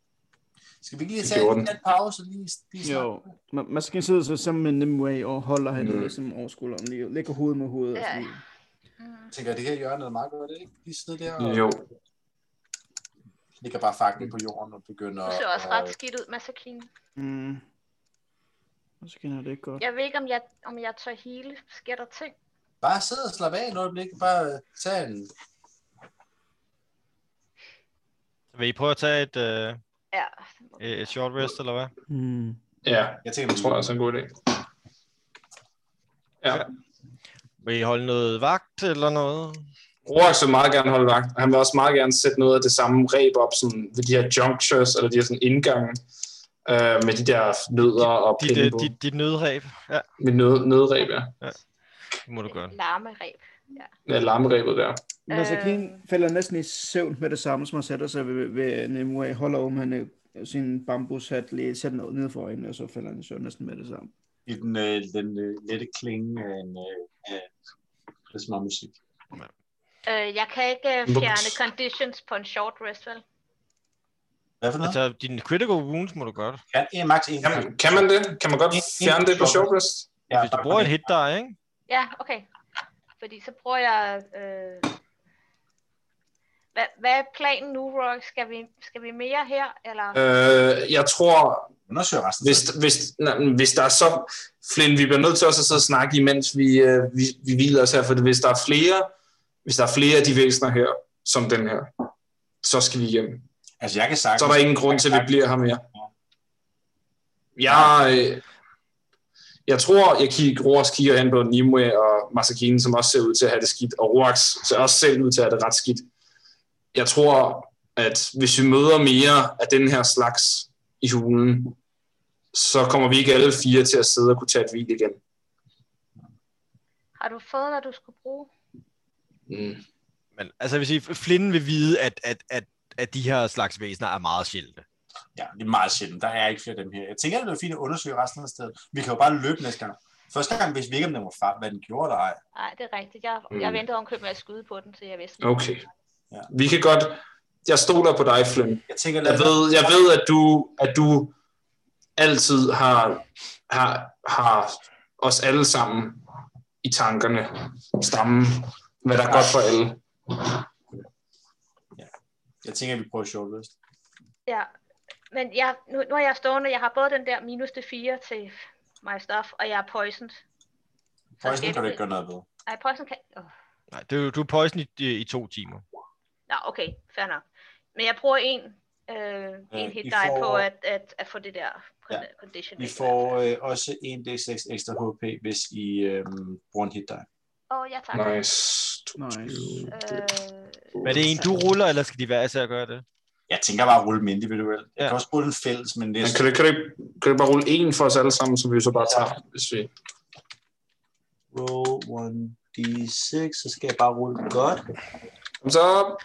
Skal vi ikke lige Det tage gjorde en den. lille pause? og Lige, lige snakke? Jo, man, man skal sidde så sammen med Nimue og holder han Mm. mm. ligesom over skulderen lige, og lægger hovedet mod hovedet. Ja, Ja, ja. ja. Mm. Jeg tænker, det her hjørne er meget godt, ikke? Lige sidde der og Jo. ligger bare faklen på jorden og begynder... Du ser også at- ret skidt ud, Masakine. Mm. Og så kender jeg det ikke godt. Jeg ved ikke, om jeg, om jeg tør hele. Sker der ting? Bare sidde og slappe af et øjeblik. Bare tage en... Så vil I prøve at tage et, øh, Ja. øh, et short rest, eller hvad? Mm. Ja, Jeg tænker, det tror jeg også er en god idé. Ja. Vil I holde noget vagt eller noget? Rorax vil meget gerne holde vagt. Han vil også meget gerne sætte noget af det samme reb op sådan, ved de her junctures, eller de her sådan indgange, øh, med de der nødder og Dit, pinde øh, på. dit, dit nødreb? Ja, Med nød, nødreb, ja. det må du gøre. Larmereb. Ja, larmerebet der. Men Øh. altså, Kane falder næsten i søvn med det samme, som han sætter sig ved, ved Nimue, holder om han øh, sin bambushat, lige sætter noget ned for øjnene, og så falder han i søvn næsten med det samme. i den, øh, den øh, lette klinge af en øh, af prisma musik. Øh, jeg kan ikke øh, Ups. fjerne conditions på en short rest, vel? Hvad for noget? Altså, dine critical wounds må du godt. Kan en max en Jamen, kan man det? Kan man godt fjerne det på short rest? Ja, Hvis du bruger et hit der, ikke? Ja, okay. Fordi så bruger jeg... Øh... Hvad, hvad er planen nu, Rock? Skal vi, skal vi mere her, eller? Øh, jeg tror, Undersøger resten. hvis, hvis, nej, men hvis der er så... Flynn, vi bliver nødt til også at sidde og snakke, imens vi, øh, vi, vi hviler os her, for hvis der er flere, hvis der er flere af de væsener her, som den her, så skal vi hjem. Altså, jeg kan sagtens... Så er der ingen grund til, at vi bliver her mere. Jeg, øh, jeg tror, jeg kigger, Roax kigger hen på Nimue og Masakine, som også ser ud til at have det skidt, og Roax ser også selv ud til at have det ret skidt. Jeg tror, at hvis vi møder mere af den her slags i hulen, så kommer vi ikke alle fire til at sidde og kunne tage et hvil igen. Har du fået, hvad du skulle bruge? Mm. Men altså, jeg vil sige, Flynn vil vide, at, at, at, at de her slags væsener er meget sjældne. Ja, det er meget sjældent. Der er ikke flere af dem her. Jeg tænker, det er fint at undersøge resten af stedet. Vi kan jo bare løbe næste gang. Første gang vidste vi ikke, om den var far, hvad den gjorde eller ej. Nej, det er rigtigt. Jeg, Mm. jeg ventede omkøb med at skyde på den, så jeg vidste. Okay. Ja. Vi kan godt... Jeg stoler på dig, Flynn. Jeg tænker, Jeg ved, jeg ved at, du, at du altid har, har, har os alle sammen i tankerne, stammen, hvad der er godt for alle. jeg tænker, at vi prøver short rest. Ja, men jeg, nu, nu er jeg stående, jeg har både den der minus det 4 til my stuff, og jeg er poisoned. Så Poison skal kan du jeg- ikke gøre noget ved. Nej, poison kan... Oh. Nej, det er jo, du er poison i, i, i to timer. Nå, okay, fair nok. Men jeg bruger en, øh, en hit I die får- på at, at, at få det der Ja, ja. condition. Vi væk i får hvert fald. øh, også 1d6 ekstra HP, hvis I øh, bruger en hit dig. Åh, oh, ja tak. Nice. Nice. Øh, Men er det en, du ruller, eller skal de være til at gøre det? Jeg tænker bare at rulle dem individuelt. Jeg Ja. kan også rulle en fælles, men det er Men kan, du, kan, du, ikke- kan du bare rulle en for os alle sammen, så vi så bare tager, hvis vi... roll 1d6, så skal jeg bare rulle godt. Kom så op.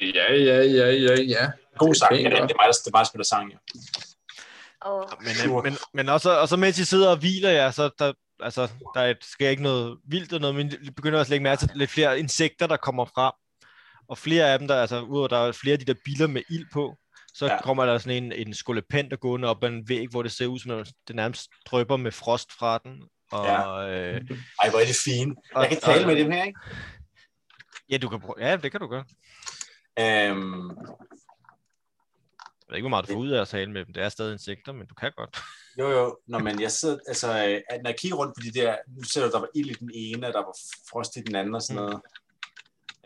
Ja, ja, ja, ja, ja. God sang. Det Det er er, det er mig, der, det er mig, der spiller sang, ja. og, Men, øh, men, men også, og så mens I sidder og hviler jer, så der, altså, der er et, sker ikke noget vildt eller noget, men I begynder også at lægge mærke til lidt flere insekter, der kommer frem. Og flere af dem, der, altså, udover der er flere af de der biler med ild på, så Ja. ja. kommer der sådan en, en skolepenter gående op ad en væg, hvor det ser ud som om, det nærmest drøber med frost fra den. Og, Ja. ja. Øh, Ej, hvor er det fint. og, Jeg kan tale og, med dem her, ikke? Ja, du kan prøve, ja, det kan du gøre. Øhm, Jeg ved ikke, hvor meget du får ud af at tale med dem. Det er stadig insekter, men du kan godt. jo, jo. Nå, men jeg sidder, altså, øh, at når jeg kigger rundt på de der, nu ser du, der var ild i den ene, og der var frost i den anden og sådan noget.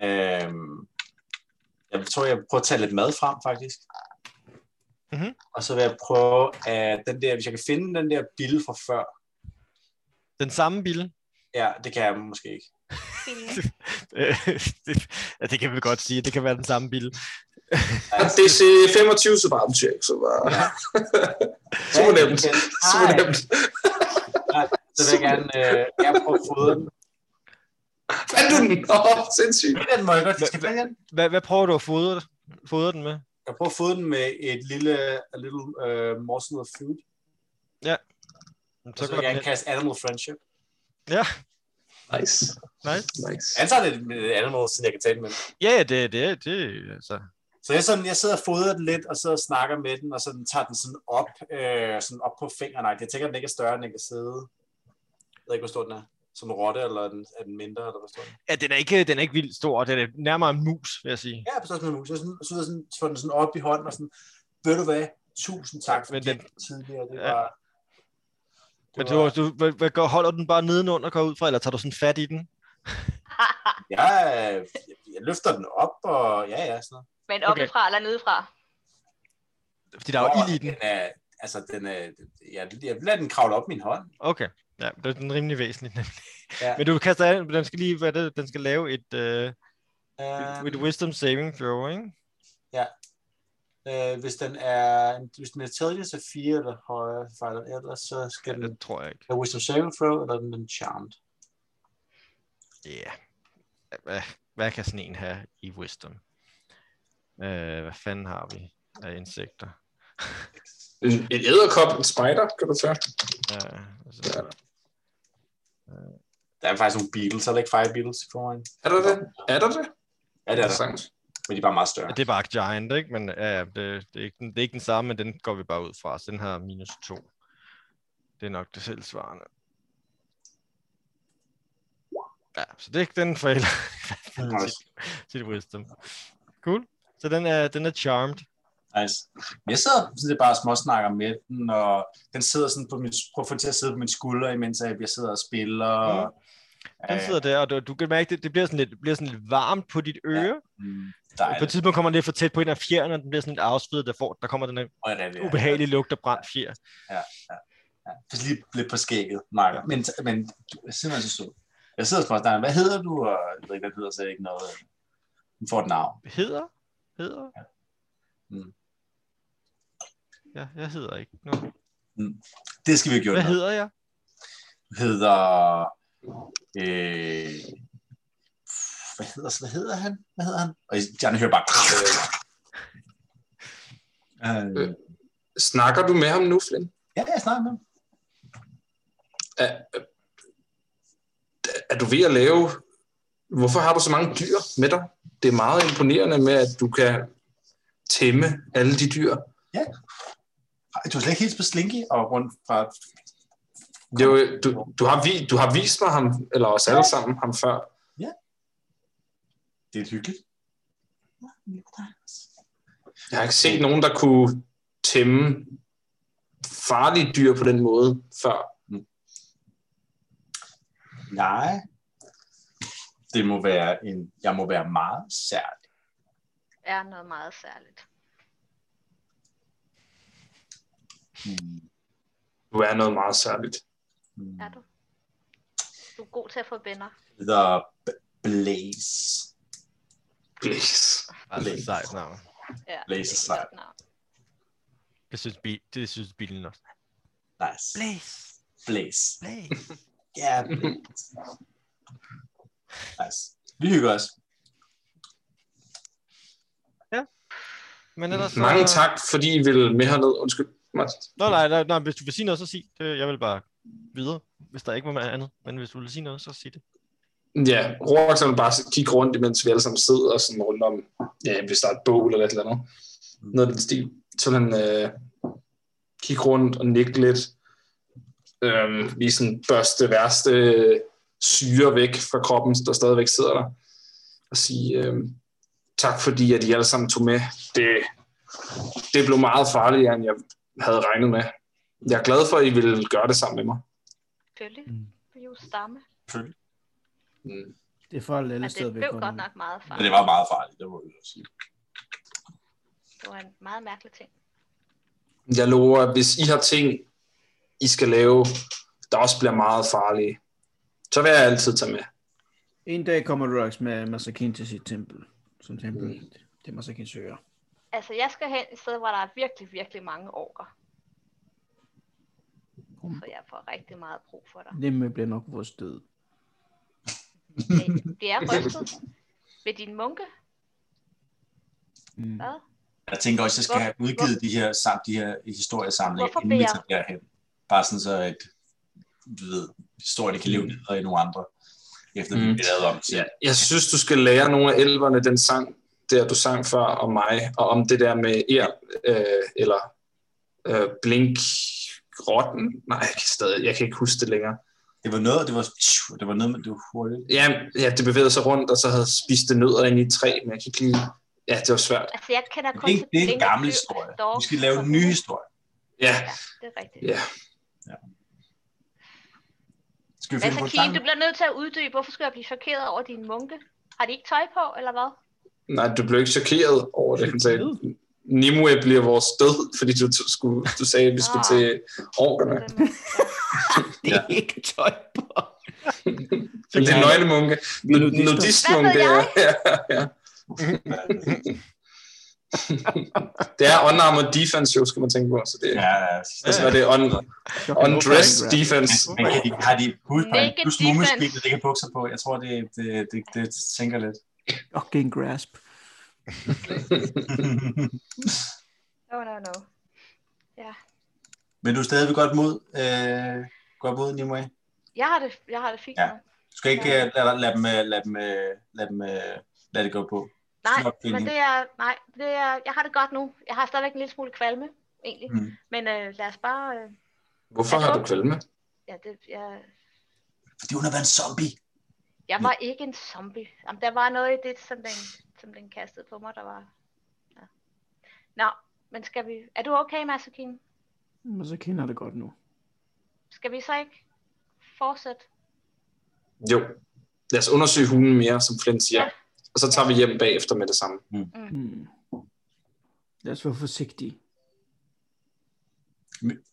Øhm, jeg tror, jeg prøver at tage lidt mad frem, faktisk. Mhm. Og så vil jeg prøve, at den der, hvis jeg kan finde den der bille fra før, Den samme bil. ja, det kan jeg måske ikke. filmen. Øh, det, ja, det kan vi godt sige. Det kan være den samme bil. DC 25, så bare omtjek, så bare... Super nemt. Super Ej. nemt. Så vil jeg gerne, øh, jeg prøver at fodre den. Fandt du den? Åh, oh, sindssygt. Det er den, må jeg godt, skal jeg vælge den? Hvad, hvad prøver du at fodre, fodre den med? Jeg prøver at fodre den med et lille, a little uh, morsel of food. Så, Så så går vil jeg den gerne kaste Animal Friendship. Nice. Nice. Nice. Jeg antager det er et animal, siden jeg kan tale med den. Ja, ja, det, det, det, altså, Så jeg, sådan, jeg sidder og fodrer den lidt, og sidder og snakker med den, og sådan tager den sådan op, øh, sådan op på fingrene. Jeg tænker, den ikke er større, end den kan sidde. Jeg ved ikke, hvor stor den er. Som en rotte, eller er den, er den mindre, eller hvor stor den er. Ja, den er ikke, den er ikke vildt stor. Den er nærmere en mus, vil jeg sige. Ja, på størrelse med en mus. Jeg sådan, så sidder jeg sådan, så får den sådan op i hånden, og sådan, ved du hvad, tusind tak for Men det den- tidligere. Det Ja. var, Men du, du, hvad, hvad, gør- holder du den bare nedenunder og går ud fra, eller tager du sådan fat i den? Ja, jeg, jeg løfter den op, og ja, ja, sådan noget. Men Okay. oppefra eller nedefra. Fordi der er jo Nå, ild i den. den er, altså, den er, jeg, jeg lader den kravle op min hånd. Okay. Ja, det er den rimelig væsentlig. nemlig. Ja. Men du kaster af, den skal lige, hvad er det, den skal lave et, uh, Øh, et wisdom saving throw, ikke? øh, hvis den er, hvis den er intelligence er 4 eller højere, fejler, ellers så Ja, skal den det tror jeg ikke. have wisdom saving throw, eller den er charmed. Ja. Hvad, hvad kan sådan en have i wisdom? Øh, hvad fanden har vi af insekter? En, en æderkop, en spider, kan du tage. Ja, altså, Der er faktisk nogle beetles, er der ikke fire beetles i forvejen? Er der det? Er der det? Ja, det er der, Interessant. men de er bare meget større. det er bare giant, ikke? Men ja, ja, det, det, er ikke, den- det er ikke den samme, men den går vi bare ud fra. Så den har minus 2. Det er nok det selvsvarende. Ja, så det er ikke den forældre. Nice. Sit wisdom. Cool. Så den er, den er charmed. nice. Jeg sidder sådan lidt bare og småsnakker med den, og den sidder sådan på min, prøver at få den til at sidde på min skulder, imens jeg jeg sidder og spiller. Og, Den sidder der, og du, du kan mærke, det, det bliver sådan lidt, det bliver sådan lidt varmt på dit øre. Mm, Ja, på et dejligt. tidspunkt kommer den lidt for tæt på en af fjeren, og den bliver sådan lidt afsvedet, der, får, der kommer den her Og det er- ubehagelige lugt af brændt fjer. Ja, det er lige lidt på skægget, Marker. Men, men du er simpelthen så sød. Jeg sidder og spørger dig, hvad hedder du? Og jeg ved ikke, hvad den hedder, så ikke noget. Hun får et navn. Hedder? Hedder? Hmm. Mm. Ja, jeg hedder ikke. Nå. Det skal vi have gjort. Hvad noget. hedder jeg? Hun hedder... Øh, hvad, hedder, hvad hedder han? Hvad hedder han? Og Janne hører bare... Øh, Snakker du med ham nu, Flynn? ja, jeg snakker med ham. Er, er- er du ved at lave... Hvorfor har du så mange dyr med dig? Det er meget imponerende med, at du kan tæmme alle de dyr. Ej, Du har slet ikke helt på Slinky og rundt fra... Det er jo, du, du, har vi, du har vist mig ham, eller os alle sammen, ham før. Det er hyggeligt. Jeg har ikke set nogen, der kunne tæmme farlige dyr på den måde før. Nej. Det må være en... Jeg må være meget særlig. Er noget meget særligt. Hmm. Du er noget meget særligt. Hmm. Er du? Du er god til at få venner. hedder B- Blaze. Blæs. Altså, Læs. sejt navn. Ja, Blaze det er sejt. godt navn. Det synes, bil, det synes bilen også. Nice. Blaze, Blaze. blaze. Ja, yeah, Blaze. nice. Vi hygger os. Men ellers, så- Mange tak, fordi I ville med herned. Undskyld, Martin. Nå, nej, nej, nej, hvis du vil sige noget, så sig det. Jeg vil bare videre, hvis der ikke var noget andet. Men hvis du vil sige noget, så sig det. Ja, Rorax vil bare kigge rundt, imens vi alle sammen sidder sådan rundt om, ja, hvis der er et bål eller et eller andet. Noget af den stil. Så vil han øh, kigge rundt og nikke lidt. Øhm, lige sådan børste værste øh, syre væk fra kroppen, der stadigvæk sidder der. Og sige, øh, tak fordi, at I alle sammen tog med. Det, det blev meget farligere, end jeg havde regnet med. Jeg er glad for, at I ville gøre det sammen med mig. Selvfølgelig. Mm. Vi er jo stamme. Mm. Det er for alle Men steder det væk. blev godt nok meget Men farligt. det var meget farligt, det må vi jo sige. Det var en meget mærkelig ting. Jeg lover, at hvis I har ting, I skal lave, der også bliver meget farlige, så vil jeg altid tage med. En dag kommer Rorax med Masakin til sit tempel. Som tempel. Mm. Det er Masakins søger. Altså, jeg skal hen et sted, hvor der er virkelig, virkelig mange orker. Mm. Så jeg får rigtig meget brug for dig. Nemme bliver nok vores død. Det- Det er rystet. Ved din munke? Mm. Hvad? Jeg tænker også, at jeg skal have udgivet de her, samt de her historiesamlinger, Hvorfor inden vi bliver- tager derhen. Bare sådan så, at du ved, historien kan leve videre i nogle andre, efter mm. vi Mm. er lavet om til. Jeg synes, du skal lære nogle af elverne den sang, der, du sang før om mig, og om det der med er, øh, eller øh, blink, rotten. Nej, jeg kan, stadig, jeg kan ikke huske det længere. Det var noget, det var, det var noget, men det var hurtigt. Ja, ja, det bevægede sig rundt, og så havde spist det nødder ind i et træ, men jeg kan ikke lige... Ja, det var svært. Altså, jeg kender Men kun Det er, ikke, til det er en Blink og gammel Flyv og historie. Stork Vi skal lave og en ny Hue. historie. Ja, Ja, det er rigtigt. ja. Skal vi finde Altså, på Kim, sammen? du bliver nødt til at uddybe, hvorfor skal jeg blive chokeret over din munke? Har de ikke tøj på, eller hvad? Nej, du blev ikke chokeret over det, han sagde. Nimue bliver vores død, fordi du, t- skulle, du sagde, at vi skulle Ah. til orkerne. Den må- Det er ikke tøj på. Det er nøglemunke. er nudister. Nudistmunke. Hvad ved jeg? Ja, ja, ja. Det er unarmed defense, jo, skal man tænke på. Så det, Ja, ja. altså, hvad er det on, undress defense. Men kan de, har de bud på Naked en plus mummespil, defense. der ikke har bukser på? Jeg tror, det, det, det, det tænker lidt. Fucking grasp. No, no, no. Men du er stadigvæk godt mod, øh, godt mod Nimue. Jeg har det, jeg har det fint. Ja. Ja. Du skal ikke øh, lade, lade, dem, øh, lade, dem, øh, lade, dem, øh, lade det gå på. Nej, Flot men kvinde. det er, nej, det er, jeg har det godt nu. Jeg har stadigvæk en lille smule kvalme, egentlig. Mm. Mm. Men øh, lad os bare, øh, Hvorfor har du kvalme? ja, det, jeg, Fordi hun har været en zombie. jeg var ikke en zombie. Jamen, der var noget i det, som den, som den kastede på mig, der var... Ja. Nå, men skal vi... Er du okay, Masakine? Men så kender jeg det godt nu. Skal vi så ikke fortsætte? Jo. Lad os undersøge hunden mere, som Flint siger. Ja. Og så tager vi hjem bagefter med det samme. Hmm. Lad os være forsigtige.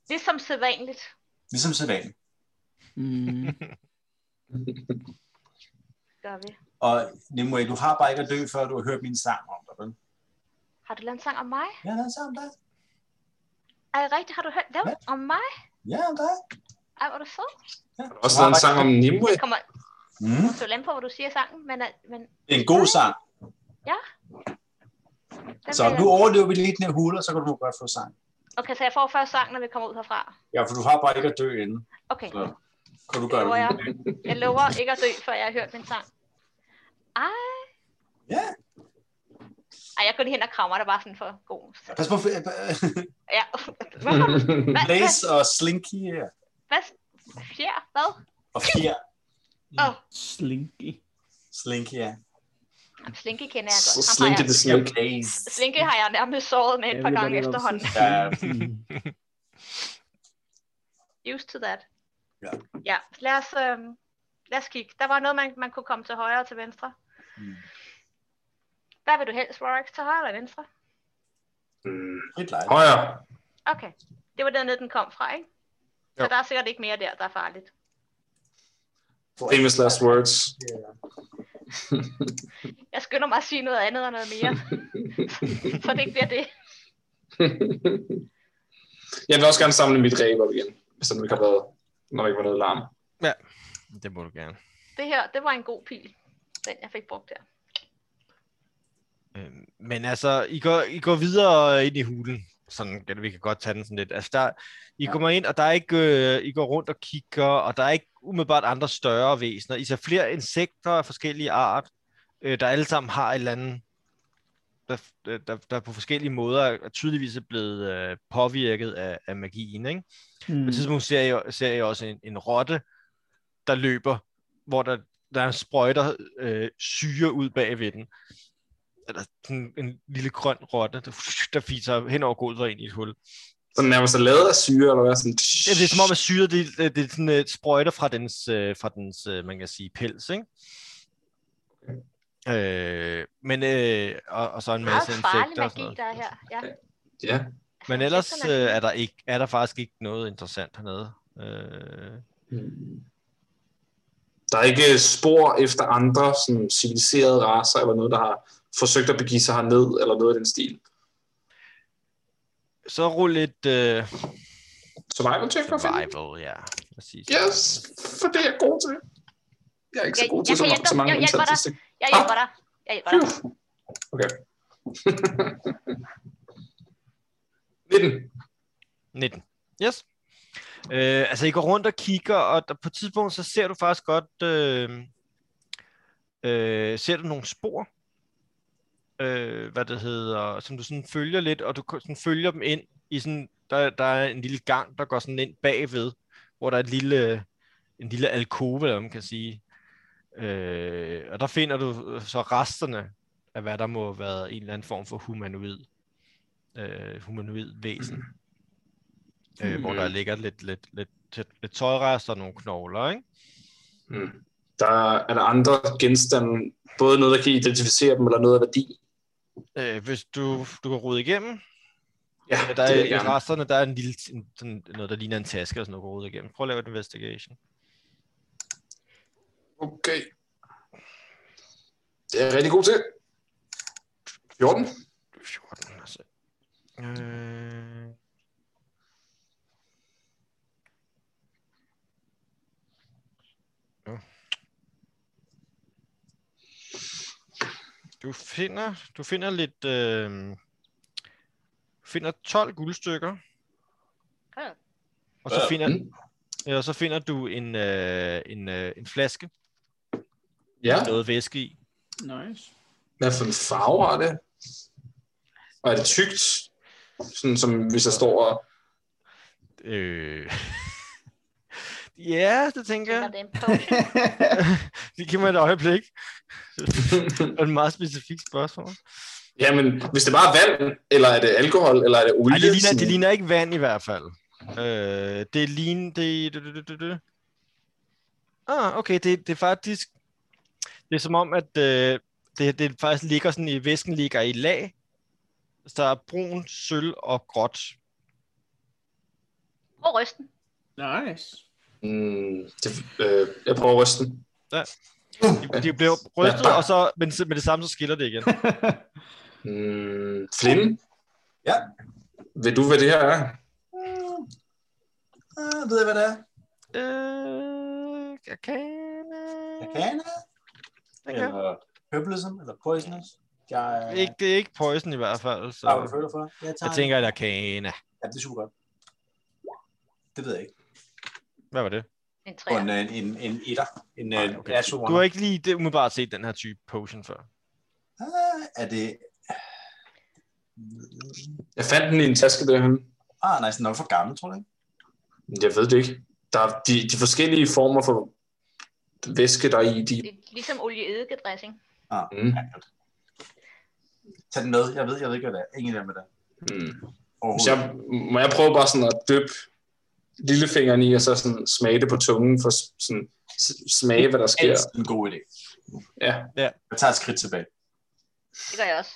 Det er som sædvanligt. Ligesom sædvanen. Mm. gør vi. Og Nimue, du har bare ikke at dø, før du har hørt min sang om dig. vel? Har du lavet en sang om mig? Ja, der er en sang om dig. Er det rigtigt? Har du hørt den om mig? Ja, om dig. Ej, hvor er du sød. Ja. Også lavet en sang om Nimue. Det kommer Mm. så an på, hvad du siger i sangen, men, øh, men Det er en god sang. den Så vil jeg- nu overlever vi lige den her hule, og så kan du godt få sang. Okay, så jeg får først sang, når vi kommer ud herfra. Ja, for du har bare ikke at dø inden. Okay, Så kan du det gøre lover det. jeg. Jeg lover ikke at dø, før jeg har hørt min sang. Ej. Ja. Ej, jeg går lige hen og krammer dig bare sådan for god. Pas på, øh, Ja. Hvorfor? Hvad? Hvad? Blaze og Slinky her. Hvad? Fjer? Hvad? Og Fjer. Åh, Slinky. Slinky, ja. oh, Slinke kender jeg godt. Ham har Slinky jeg, the Snake. Blaze. Slinke har jeg nærmest såret med et par gange efterhånden. Ja, Mm. used to that. Ja. Ja, lad os, øh, lad os kigge. Der var noget, man, man kunne komme til højre og til venstre. Mm. Mm. Hvad vil du helst, Rorax? Til højre eller venstre? Mm. frit lejr. Højre. Okay. Det var dernede, den kom fra, ikke? Så der er sikkert ikke mere der, der er farligt. Famous last words. Jeg skynder mig at sige noget andet og noget mere. så det ikke bliver det. Jeg vil også gerne samle mit ræb op igen, hvis der nu ikke har været, når der ikke var noget larm. Det må du gerne. Det her, det var en god pil. Den, jeg fik brugt der. Øhm, Men altså, I går, I går videre ind i hulen. Sådan, ja, vi kan godt tage den sådan lidt. Altså, der, I kommer ind, og der er ikke, øh, I går rundt og kigger, og der er ikke umiddelbart andre større væsener. I ser flere insekter af forskellige art, øh, der alle sammen har et eller andet, der, der, der, der på forskellige måder er tydeligvis er blevet øh, påvirket af, af magien. Ikke? På Mm. et tidspunkt ser jeg, ser jeg også en, en rotte, der løber, hvor der, der er sprøjter øh, syre ud bagved den. Eller sådan en lille grøn rotte, der, der fiser hen over gulvet og ind i et hul. Sådan nærmest er lavet af syre, eller hvad? Sådan, Ja, det er som om, at syre det, det, det er sådan, øh, sprøjter fra dens, øh, fra dens øh, man kan sige, pels, ikke? Øh, men, øh, og, og så en Meget masse farlig insekter og sådan magi, noget. der er her. Ja. Altså, Ja. Men ellers øh, Insekterne er er, der ikke, er der faktisk ikke noget interessant hernede. Øh, Der er ikke øh, spor efter andre sådan civiliserede raser, eller noget, der har forsøgt at begive sig herned, eller noget i den stil. så rulle et øh, Survival check, for fanden. survival, ja. Præcis. Yes, for det er jeg god til. Jeg er ikke så Jeg- god til jeg så, kan ma- hjælpe så mange dig. Jeg hjælper dig. indsatser. Jeg hjælper dig. Jeg hjælper dig. Okay. 19. 19. Yes. Øh, altså, I går rundt og kigger, og der, på et tidspunkt, så ser du faktisk godt, øh, øh, ser du nogle spor øh, hvad det hedder, som du sådan følger lidt, og du ko- sådan følger dem ind i sådan, der, der er en lille gang, der går sådan ind bagved, hvor der er et lille, en lille alkove, eller hvad man kan sige. Øh, og der finder du øh, så resterne af, hvad der må have været en eller anden form for humanoid, øh, humanoid væsen. Øh, hvor der Mm. ligger lidt, lidt, lidt, lidt, lidt tøjrester og nogle knogler, ikke? Mm. Der er der andre genstande, både noget, der kan identificere dem, eller noget af værdi. Øh, hvis du, du kan rode igennem, Ja, Ja, der det er, vil jeg i gerne. resterne, der er en lille, en, sådan, noget, der ligner en taske og sådan noget, rodet igennem. Prøv at lave et investigation. Okay. Det er jeg rigtig god til. 14. 14, altså. Øh... Ja. Du finder, du finder lidt, øh, finder 12 guldstykker, Okay. og så Ja. finder, ja, og så finder du en, øh, en, øh, en flaske Ja, med noget væske i. Nice. hvad for en farve har det? Og er det tykt? Sådan som hvis jeg står og... Øh... ja, det tænker Tænker, jeg. det er en potion. Det giver mig et øjeblik. Det er et meget specifikt spørgsmål. Jamen, hvis det bare er vand, eller er det alkohol, eller er det olie? Ej, det, ligner, sådan- det ligner ikke vand i hvert fald. Øh, det ligner... Det, det, det, det, det, det. Ah, okay, det, det er faktisk... Det er som om, at øh, det, det faktisk ligger sådan i... Væsken ligger i lag. Så der er brun, sølv og gråt. Prøv rysten. Nice. Mm, det, øh, jeg prøver rysten. De, de bliver rystet, og så, men så- med det samme, så skiller det igen. Mm, Flynn? Ja? Ved du, hvad det her er? Ah, ved jeg, hvad det er? Øh, jeg kan... Arcana? Eller herbalism? Eller poisonous? Jeg er... Ikke, det er ikke poison i hvert fald. Så. Hvad du føler for? Jeg tager Jeg tænker, at arcana. Ja, det er super godt. Det ved jeg ikke. Hvad var det? En Og træer. en, øh, en, en etter. En Nej, Nej, okay. okay. natural Du har one. ikke lige det umiddelbart set den her type potion før. Ah, er det... Jeg fandt den i en taske derhen. Ah, nej, den er for gammel, tror jeg ikke. Jeg ved det ikke. Der er de, de forskellige former for væske, der er i de... Det er ligesom olieeddikedressing. Ah, Mm. ja, godt. Tag den med. Jeg ved, jeg ved ikke, hvad det er. Ingen af dem er der. Mm. Hvis Overhovedet. jeg, må jeg prøve bare sådan at døbe lillefingeren i, og så sådan smage det på tungen, for s- sådan s- smage, hvad der sker. Altid en god idé. Ja. Jeg tager et skridt tilbage. Det gør jeg også.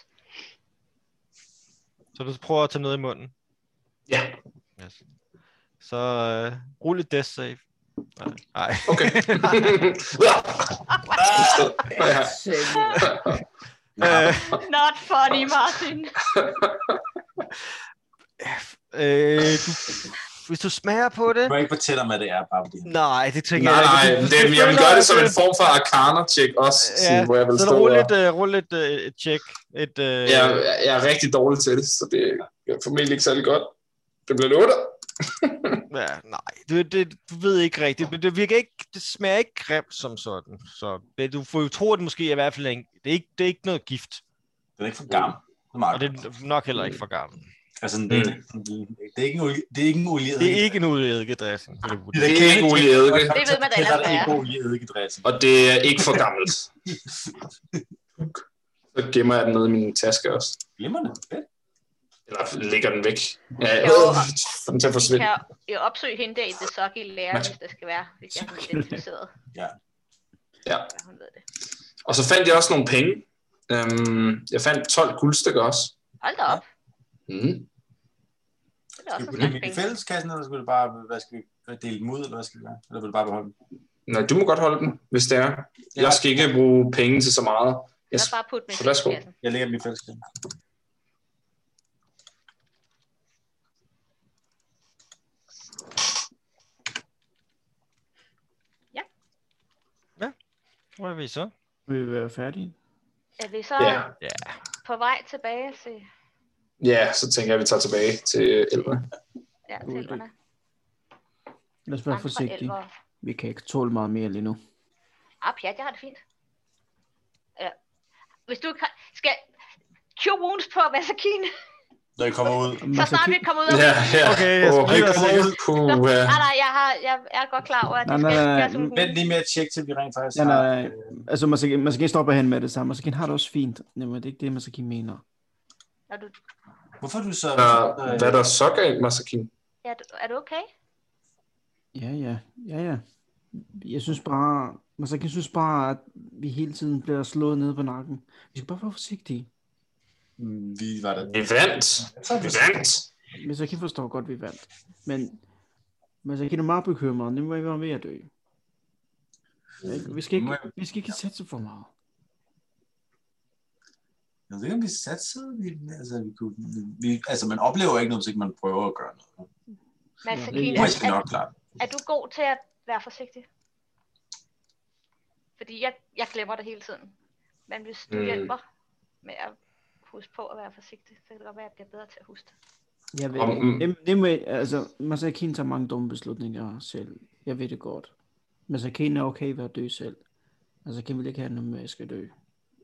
Så du prøver at tage noget i munden. Ja, Yes. Så øh, rul et death save. Nej. Nej. okay. ja. øh, Not funny, Martin. øh, du, hvis du smager på det... Du må ikke fortælle mig, hvad det er, bare fordi... Nej, det tænker Nej, jeg nej, ikke. Du- det, du jeg vil føler, gøre det at, som øh, en form for arcana-check også, sådan, Ja, hvor jeg vil Så stå rul og- et, øh, rul et, øh, et check. Et, øh, jeg, jeg er rigtig dårlig til det, så det er formentlig ikke særlig godt. Det bliver en otter. Ja, nej, det, det, du ved ikke rigtigt, men det virker ikke, det smager ikke grimt som sådan. Så det, du får jo tro, at det måske er i hvert fald en, det er ikke, det er ikke noget gift, Den er ikke for gammel. Det er og meget det det, er nok heller ikke for gammel. altså, det, er- det, er ikke en olie, det er ikke en olie. Det er ikke en udedressing. Det er ikke olie eddike, Det ved man da heller ellers, hvad ikke. er. olie eddike-dressing. og det er ikke for gammelt. Så gemmer jeg den nede i min taske også. Glimrende. Fedt. Eller lægger den væk. Ja, Jo. øh, får den til at Vi forsvinde. kan jo opsøge hende der i det sok i lærer, hvis det skal være. Hvis jeg er identificeret. Ja. Ja. Så Hun ved det. Og så fandt jeg også nogle penge. Øhm, jeg fandt 12 guldstykker også. Hold da op. Mm. Mhm. Det er også Skal en slags vi putte dem i penge. fælleskassen, eller skal vi bare hvad skal vi, dele dem ud, eller hvad skal vi gøre? Eller vil du bare beholde dem? Nej, du må godt holde dem, hvis det er. Jeg skal ikke bruge penge til så meget. Jeg, Så bare put dem i Så værsgo. fælleskassen. Jeg lægger dem i fælleskassen. Hvor er vi så? Vil vi være færdige? Er vi så ja. på vej tilbage til, ja, så tænker jeg, at vi tager tilbage til elverne. ja, God til idé. elverne? Lad os være Andre forsigtige. elver. Vi kan ikke tåle meget mere lige nu. Ah, pjat, jeg har det fint. Ja. Hvis du kan... Skal... Cure Wounds på Masakine. når I kommer ud. Så snart vi kommer ud af Ja, ja. Okay, jeg skal Åh, lige være kom sikker. ud, puha. Nej, nej, jeg, har, jeg er godt klar over, at Nej, det skal nej, nej, gøres som Vent muligt. lige med at tjekke, til vi rent faktisk Ja, har... nej, altså Masakin, Masakin stopper hen med det samme. Masakin har det også fint. Jamen, det er ikke det, Masakin mener. Er du, Hvorfor er du så... Så, øh, Hvad er der så galt, Masakin? er, du, er du okay? Ja, ja, ja, ja. Jeg synes bare, Masakin synes bare, at vi hele tiden bliver slået ned på nakken. Vi skal bare være forsigtige. Mm, Vi var der. Vi vandt. Så er Vi vi vandt. Masakin forstår godt, at vi vandt. Men Masakin er meget bekymret. Nu må vi være ved at dø. Ikke? Vi skal ikke, vi skal ikke sætte for meget. Jeg ved ikke, om vi satsede. Vi, altså, vi kunne, vi, altså, man oplever ikke noget, hvis ikke man prøver at gøre noget. Masakine, det- er, Man skal er, nok klare det. er du god til at være forsigtig? Fordi jeg, jeg glemmer det hele tiden. Men hvis du Mm. mm. hjælper med at huske på at være forsigtig, så kan det godt være, at jeg bliver bedre til at huske det. Jeg ved, Om- det, det, det må, altså, Masakin tager mange dumme beslutninger selv. Jeg ved det godt. Masakin er okay ved at dø selv. Masakin vil ikke have noget med, at jeg skal dø.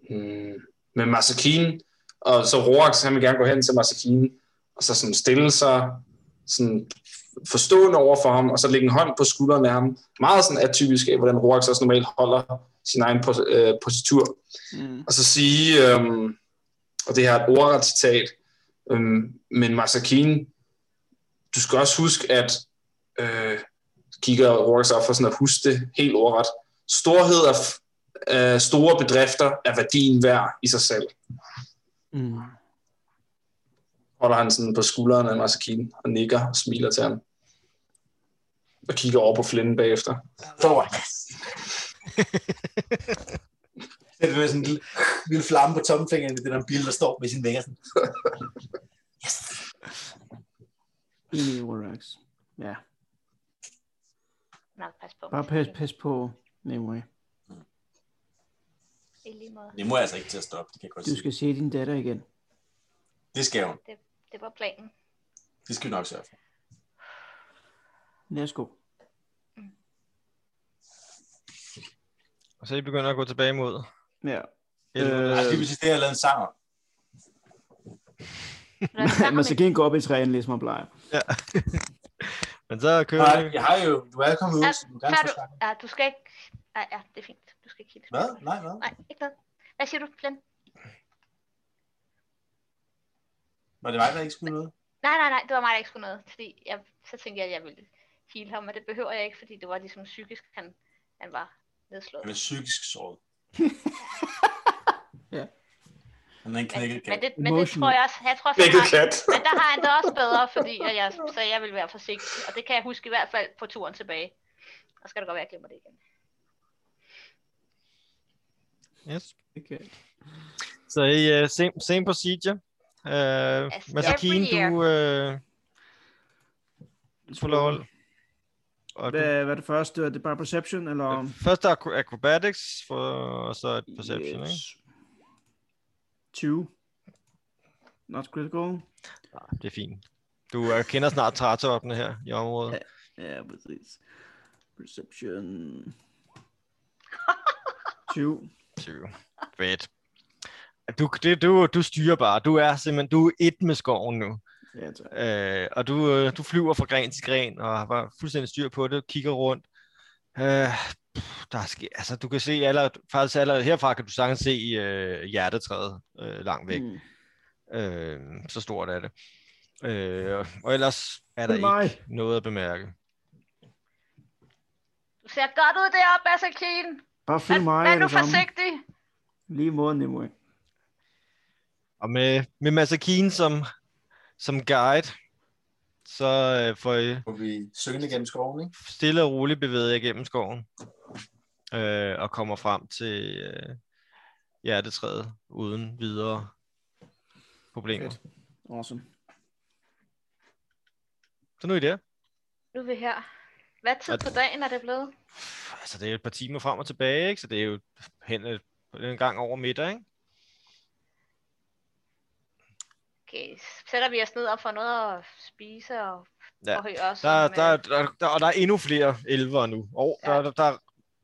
Mm. Men Masakin, og så Roax, han vil gerne gå hen til Masakin, og så sådan stille sig sådan forstående over for ham, og så lægge en hånd på skulderen af ham. Meget sådan atypisk af, hvordan Roax også normalt holder sin egen pos- øh, positur. Mm. Og så sige, øhm, og det her er et ordret citat, øhm, men Masakin, du skal også huske, at øh, kigger Roax op for sådan at huske det helt ordret. Storhed og f- øh, store bedrifter er værdien værd i sig selv. Mm. Holder han sådan på skulderen af Masakin og nikker og smiler til ham. Og kigger over på Flynn bagefter. Forward. det er sådan en lille, lille flamme på tommelfingeren i den der bil, der står med sin vinger. Sådan. Enig, Rorax. Ja, Nok pas på. bare pas, pas på Nimue. I lige måde. Det må jeg altså ikke til at stoppe, det kan jeg godt Du sige. skal se din datter igen. Det skal hun. Det var planen. Det skal vi nok sørge for. Værsgo. Og så er I begynder at gå tilbage mod. Ja. Øh. Ej, Altså, det vil sige, det har jeg lavet en sang om. Når jeg snakker Man med skal ikke gå op i træen, ligesom man plejer. Men så kører Nej, vi. jeg har jo... Du er kommet ud, så du kan Har Altså, gerne du, få sangen. ja, du skal ikke... Ja, ja, det er fint. Du skal ikke kigge. Hvad? Nej, hvad? Nej, ikke noget. Hvad siger du, Flynn? Var det mig, der ikke skulle noget? Nej, nej, nej, det var mig, der ikke skulle noget. Fordi jeg, så tænkte jeg, at jeg ville heal ham, og det behøver jeg ikke, fordi det var ligesom psykisk, han, han var nedslået. Han er psykisk såret. Ja. Han er Men, en knækket kat. men, det, men det Emotional. tror jeg også, jeg tror også, han Begge har, kat. men der har han det også bedre, fordi at jeg sagde, at jeg ville være forsigtig. Og det kan jeg huske i hvert fald på turen tilbage. Og så skal det godt være, at jeg glemmer det igen. Yes. Okay. Så I uh, same, same procedure. Uh, As Masakin, every year. du uh, får lov. Og du, Hvad, hvad er det første? Er det bare perception, eller? først er acro- acrobatics, for, og så et perception, yes. ikke? 20. Not critical. Ja, det er fint. Du uh, kender snart trætoppene her i området. Ja, præcis. Perception. 20. 20. Fedt. Du, det, du, du styrer bare. Du er simpelthen du er et med skoven nu. Ja, tak. Øh, og du, øh, du flyver fra gren til gren og var fuldstændig styr på det, kigger rundt. Øh, pff, der sker, altså, du kan se allerede, faktisk allerede herfra kan du sagtens se øh, hjertetræet øh, langt væk. Mm. Mm. Øh, så stort er det. Øh, og ellers er der Nej. ikke noget at bemærke. Du ser godt ud deroppe, Masakin. Bare følg mig. Vær er nu det samme. forsigtig. Lige i måde, Nimue. Og med, med Masakine som, som guide, så øh, får I Hvor vi syngende gennem skoven, ikke? stille og roligt bevæger jeg gennem skoven øh, og kommer frem til øh, hjertetræet uden videre problemer. Fedt. Awesome. Så nu er I der. Nu er vi her. Hvad tid på dagen er det blevet? Altså, det er jo et par timer frem og tilbage, ikke? så det er jo hen øh, en gang over middag. Ikke? Okay, sætter vi os ned og får noget at spise og Ja, forhøje os. Der, der, der, der, og der er endnu flere elver nu. Og der, øh, der, Ja. der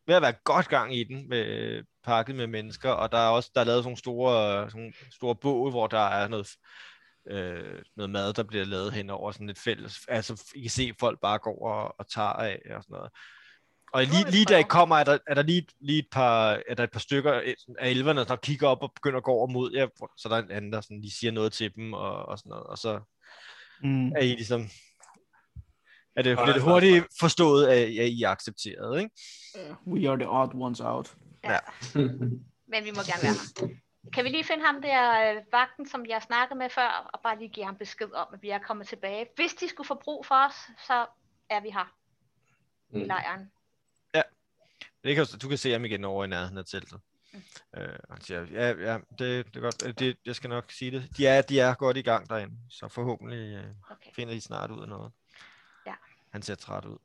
ved at være godt gang i den, med, øh, pakket med mennesker, og der er også der er lavet sådan nogle store, øh, sådan nogle store bål, hvor der er noget, øh, noget mad, der bliver lavet hen over sådan et fælles. Altså, I kan se, at folk bare går og, og tager af og sådan noget. Og Det lyder lige, lidt lige da I sjovt. kommer, er der, er der lige, lige et, par, er der et par stykker af elverne, der kigger op og begynder at gå over mod jer, hvor- så der er en anden, der sådan lige siger noget til dem og, og sådan noget. Og så Mm. er I ligesom... Er det, Nej, bliver det nej, hurtigt forstået, at, at I er accepteret, ikke? We are the odd ones out. Men vi må gerne være her. Kan vi lige finde ham der øh, vagten, som jeg snakkede med før, og bare lige give ham besked om, at vi er kommet tilbage. Hvis de skulle få brug for os, så er vi her i Mm. lejren. Det kan, du kan se ham igen over i nærheden af teltet. Mm. Øh, og han siger, ja, ja det, det er godt. Øh, Det, jeg skal nok sige det. De er, de er godt i gang derinde, så forhåbentlig øh, Okay. finder de snart ud af noget. Ja. Han ser træt ud.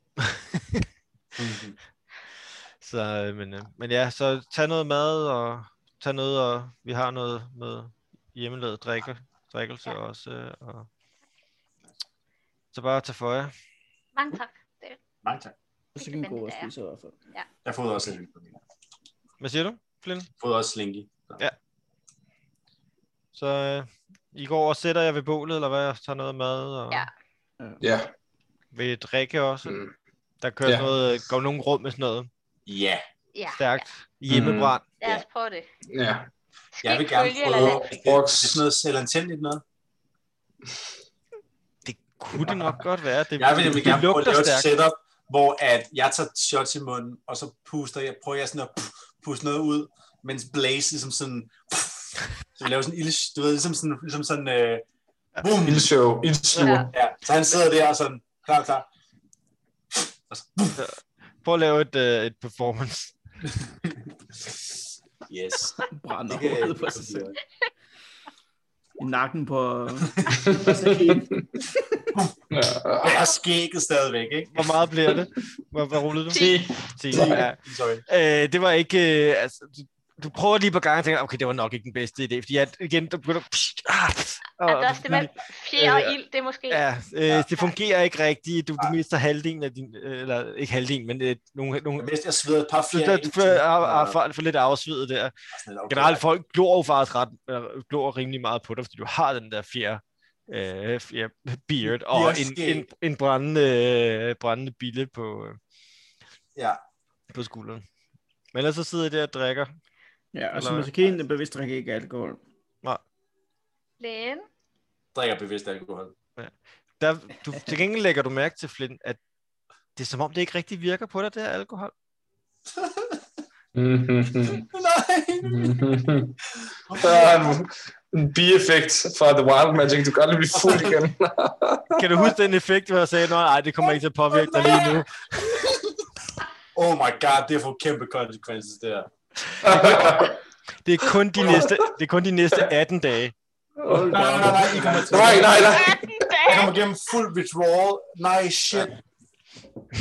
Så, øh, men, øh, men ja, så tag noget mad, og tag noget, og vi har noget med hjemmelavet drikke, drikkelse Ja. også. Øh, og... Så bare tag for jer. Mange tak. Det er Nej, tak. Så kan vi gå og spise i hvert fald. Jeg fodrer også Slinky. Hvad siger du, Flynn? Jeg fodrer også Slinky. Så øh, I går og sætter jer ved bålet, eller hvad? Tager noget mad, og Ja. Ja. ved drikke også? Mm. Der kører ja. Ja. noget, øh, går nogen rum med sådan noget Ja. Ja, stærkt hjemmebrand. Mm. lad os prøve det. Ja. Skal Jeg vil ikke gerne følge eller prøve lade- Brox. Det er sådan noget selvantændigt noget. Det kunne det nok godt være. Det, Jeg vil det nemlig gerne prøve at lugter lave et stærkt. setup, hvor at jeg tager shots i munden, og så puster jeg, prøver jeg sådan at pff, puste noget ud, mens Blaze ligesom sådan, pff, så vi laver sådan en ilde, du ved, ligesom sådan, ligesom sådan, øh, boom, Ildshow. Ildsluger. Ja. ja, så han sidder der og sådan, klar, klar, Prøv at lave et, øh, et performance. yes. Brænder Det kan- hovedet på sig selv. I nakken på... Og jeg har skægget stadigvæk, ikke? Hvor meget bliver det? Hvor, hvad rullede du? Ti. 10. Ja. Sorry. Øh, det var ikke... Øh, altså, du, du prøver lige på gang og tænker, okay, det var nok ikke den bedste idé, fordi at, igen, der begynder... Pst, ah, og, Er det også det med fjerde og ild, det er måske? Ja, øh, det fungerer ikke rigtigt. Du, du mister halvdelen af din... øh, Eller ikke halvdelen, men øh, nogle... nogle Jeg vidste, jeg sveder et par for, fjer. for, ah, for, ah, for, for lidt afsvidet der. Generelt folk glor jo faktisk ret, øh, glor rimelig meget på dig, fordi du har den der fjer, øh, fjer beard og Fjerskæg. en, en, en brændende, øh, brændende bille på, øh, Ja. på skulderen. Men ellers så sidder jeg der og drikker. Ja, og som Eller- Masakien bevidst drikker ikke alkohol. Lægen? drikker bevidst alkohol. Der, du, til gengæld lægger du mærke til, Flynn, at det er som om, det ikke rigtig virker på dig, det her alkohol. Nej. Der er en, en bieffekt fra The Wild Magic. Du kan aldrig blive fuld igen. Kan du huske den effekt, hvor jeg sagde, nej, det kommer ikke til at påvirke dig lige nu? Oh my god, det får kæmpe konsekvenser der. Det er kun de næste, det er kun de næste 18 dage. Nej, nej, nej, I kommer til. nej, nej, nej. 18 Han dage! kommer gennem fuld withdrawal. Nej, shit.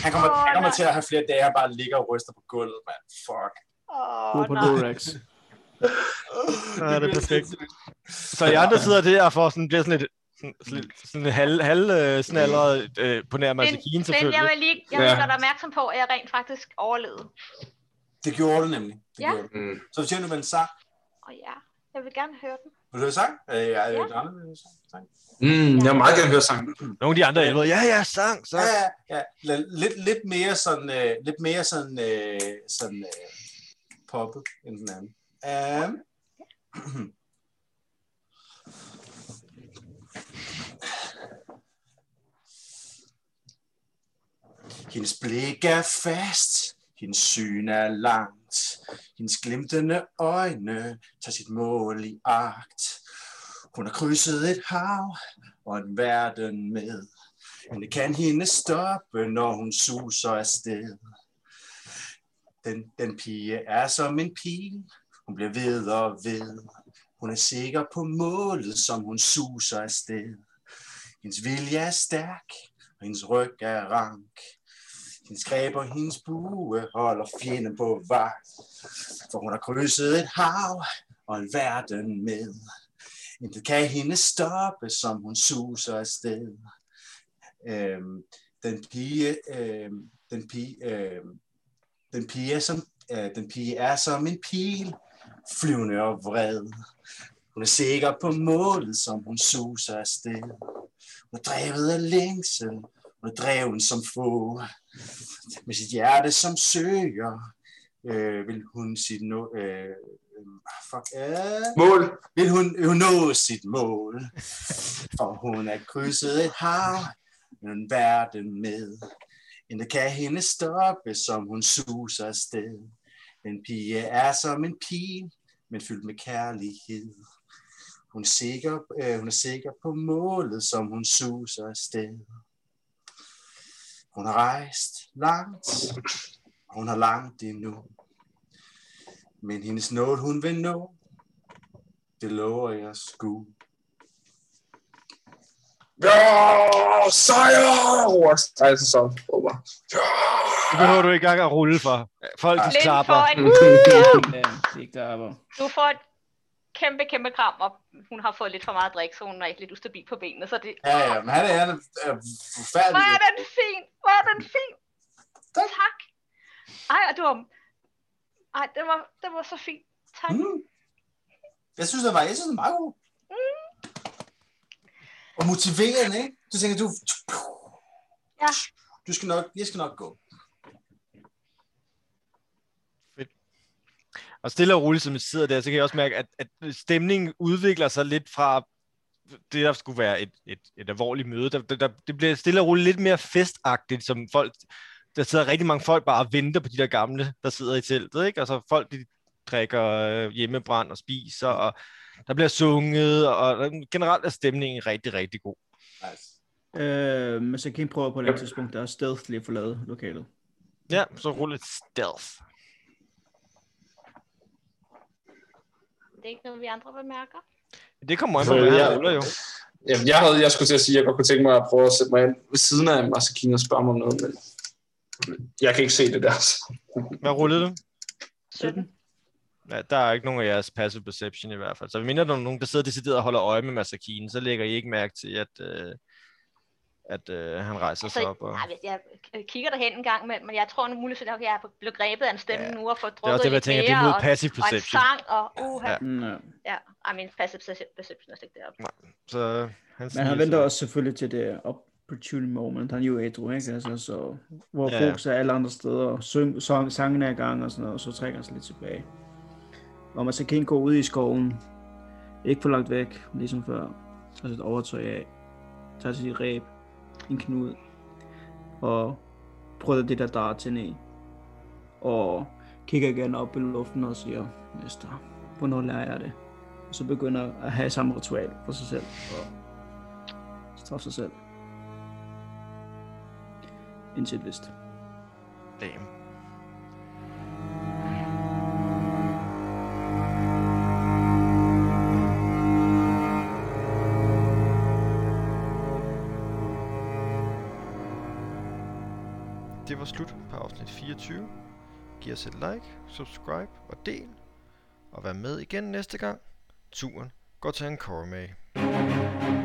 Han kommer, Åh, han kommer nej. til at have flere dage, han bare ligger og ryster på gulvet, mand. Fuck. Åh, Gå på nej. Dorex. Nej, det er perfekt. Så jeg andre sidder der og får sådan, bliver sådan lidt sådan, lidt- sådan en halv, halv øh, snalleret øh, på nær Men, Masakine men jeg selvfølgelig. vil lige jeg vil Ja. gøre dig opmærksom på, at jeg rent faktisk overlevede. Det gjorde du nemlig. Det Ja. gjorde du. Mm. Så fortjener du med en sang. Og ja, jeg vil gerne høre den. Vil du høre sang? Øh, ja, ja. sang. Mm, jeg vil meget gerne høre sangen. Nogle af de andre elver, ja, ja, sang, Ja, sang. ja, ja. Lad- Lidt, lidt mere sådan, øh, lidt mere sådan, øh, sådan øh, poppet end den anden. Um, Hendes blik er fast, hendes syn er langt, hendes glimtende øjne tager sit mål i agt. Hun har krydset et hav og en verden med, men det kan hende stoppe, når hun suser afsted. Den, den pige er som en pige, hun bliver ved og ved. Hun er sikker på målet, som hun suser afsted. Hendes vilje er stærk, og hendes ryg er rank. Hendes greb og hendes bue holder fjenden på vagt. For hun har krydset et hav og en verden med. Intet kan hende stoppe, som hun suser afsted. øh, Øhm, øh, den pige, øhm, den pige, øhm, den pige er som øh, den pige er som en pil, flyvende og vred. Hun er sikker på målet, som hun suser afsted. Hun er drevet af længsel, hun er dreven som få. Med sit hjerte som søger, øh, vil hun sit nå... Øh, øh, fuck, øh, Mål. vil hun jo nå sit mål. For hun er krydset et hav, men verden med. Intet kan hende stoppe, som hun suser afsted. Den pige er som en pige, men fyldt med kærlighed. Hun er sikker, øh, hun er sikker på målet, som hun suser afsted. Hun har rejst langt, og hun har langt endnu. Men hendes nål, hun vil nå, det lover jeg sgu. Ja, sejr! Roax rejser sig op. Råber. Ja! Det behøver du ikke engang at rulle for. Folk de Blind klapper. får et, Ja, det ikke der var. du får et kæmpe, kæmpe kram, og hun har fået lidt for meget drik, så hun er lidt ustabil på benene. Så det, Ja, ja, men han er, han er, er forfærdelig. Hvor er den fin! Hvor er den fin! Tak! Ej, og det var... Ej, det var, det var så fint. Tak. Mm. Mm. Jeg synes, det var, jeg synes, det var meget god. Mm. Og motiverende, ikke? Du tænker, du... Ja. Du skal nok, jeg skal nok gå. Og stille og roligt, som jeg sidder der, så kan jeg også mærke, at, at stemningen udvikler sig lidt fra det, der skulle være et, et, et alvorligt møde. Der, der, der, det bliver stille og roligt lidt mere festagtigt, som folk... Der sidder rigtig mange folk bare og venter på de der gamle, der sidder i teltet, ikke? Og så folk, de drikker øh, hjemmebrand og spiser, og der bliver sunget, og der- generelt er stemningen rigtig, rigtig god. Altså. Øh, men så kan I prøve på et eller andet tidspunkt, der er stealth lige at forlade lokalet. Ja, så rulle et stealth. Det er ikke noget, vi andre bemærker. Det kommer an på, Øh, hvad ja. han ruller jo. Ja, jeg, havde, jeg skulle til at sige, at jeg godt kunne tænke mig at prøve at sætte mig ind ved siden af Masakine og spørge mig om noget, men jeg kan ikke se det der. så. Hvad rullede du? 17. Ja, der er ikke nogen af jeres passive perception i hvert fald. Så vi mindre der er nogen, der sidder decideret og holder øje med Masakine, så lægger I ikke mærke til, at, øh, at øh, han rejser Altså, sig op. Og... nej, jeg jeg kigger derhen en gang imellem, men jeg tror nu muligvis, at jeg er blevet grebet af en stemme Ja. ja. nu og får Det er også drukket det, jeg lidt tænker, mere, det er mod og, passive og en perception. sang, og uha. Ja. Ja, Nå. ja. Ej, min passive perce- perception er slet ikke deroppe. Så han Men smiler han venter sig. også selvfølgelig til det opportune moment. Han er jo ædru, ikke? Altså, så, hvor Ja. ja. fokus er alle andre steder, og syng, song, sangen er i gang og sådan noget, og så trækker han sig lidt tilbage. Og man så kan gå ud i skoven, ikke for langt væk, ligesom før, tager sit overtøj af, tager sit ræb, en knud, og prøver det der dart til ned, og kigger igen op i luften og siger, Mester, hvornår lærer jeg det? Og så begynder at have samme ritual for sig selv, og straffe sig selv. Indtil et vist. Damn. Det var slut på afsnit 24. Giv os et like, subscribe og del. Og vær med igen næste gang. Turen går til en Cormay.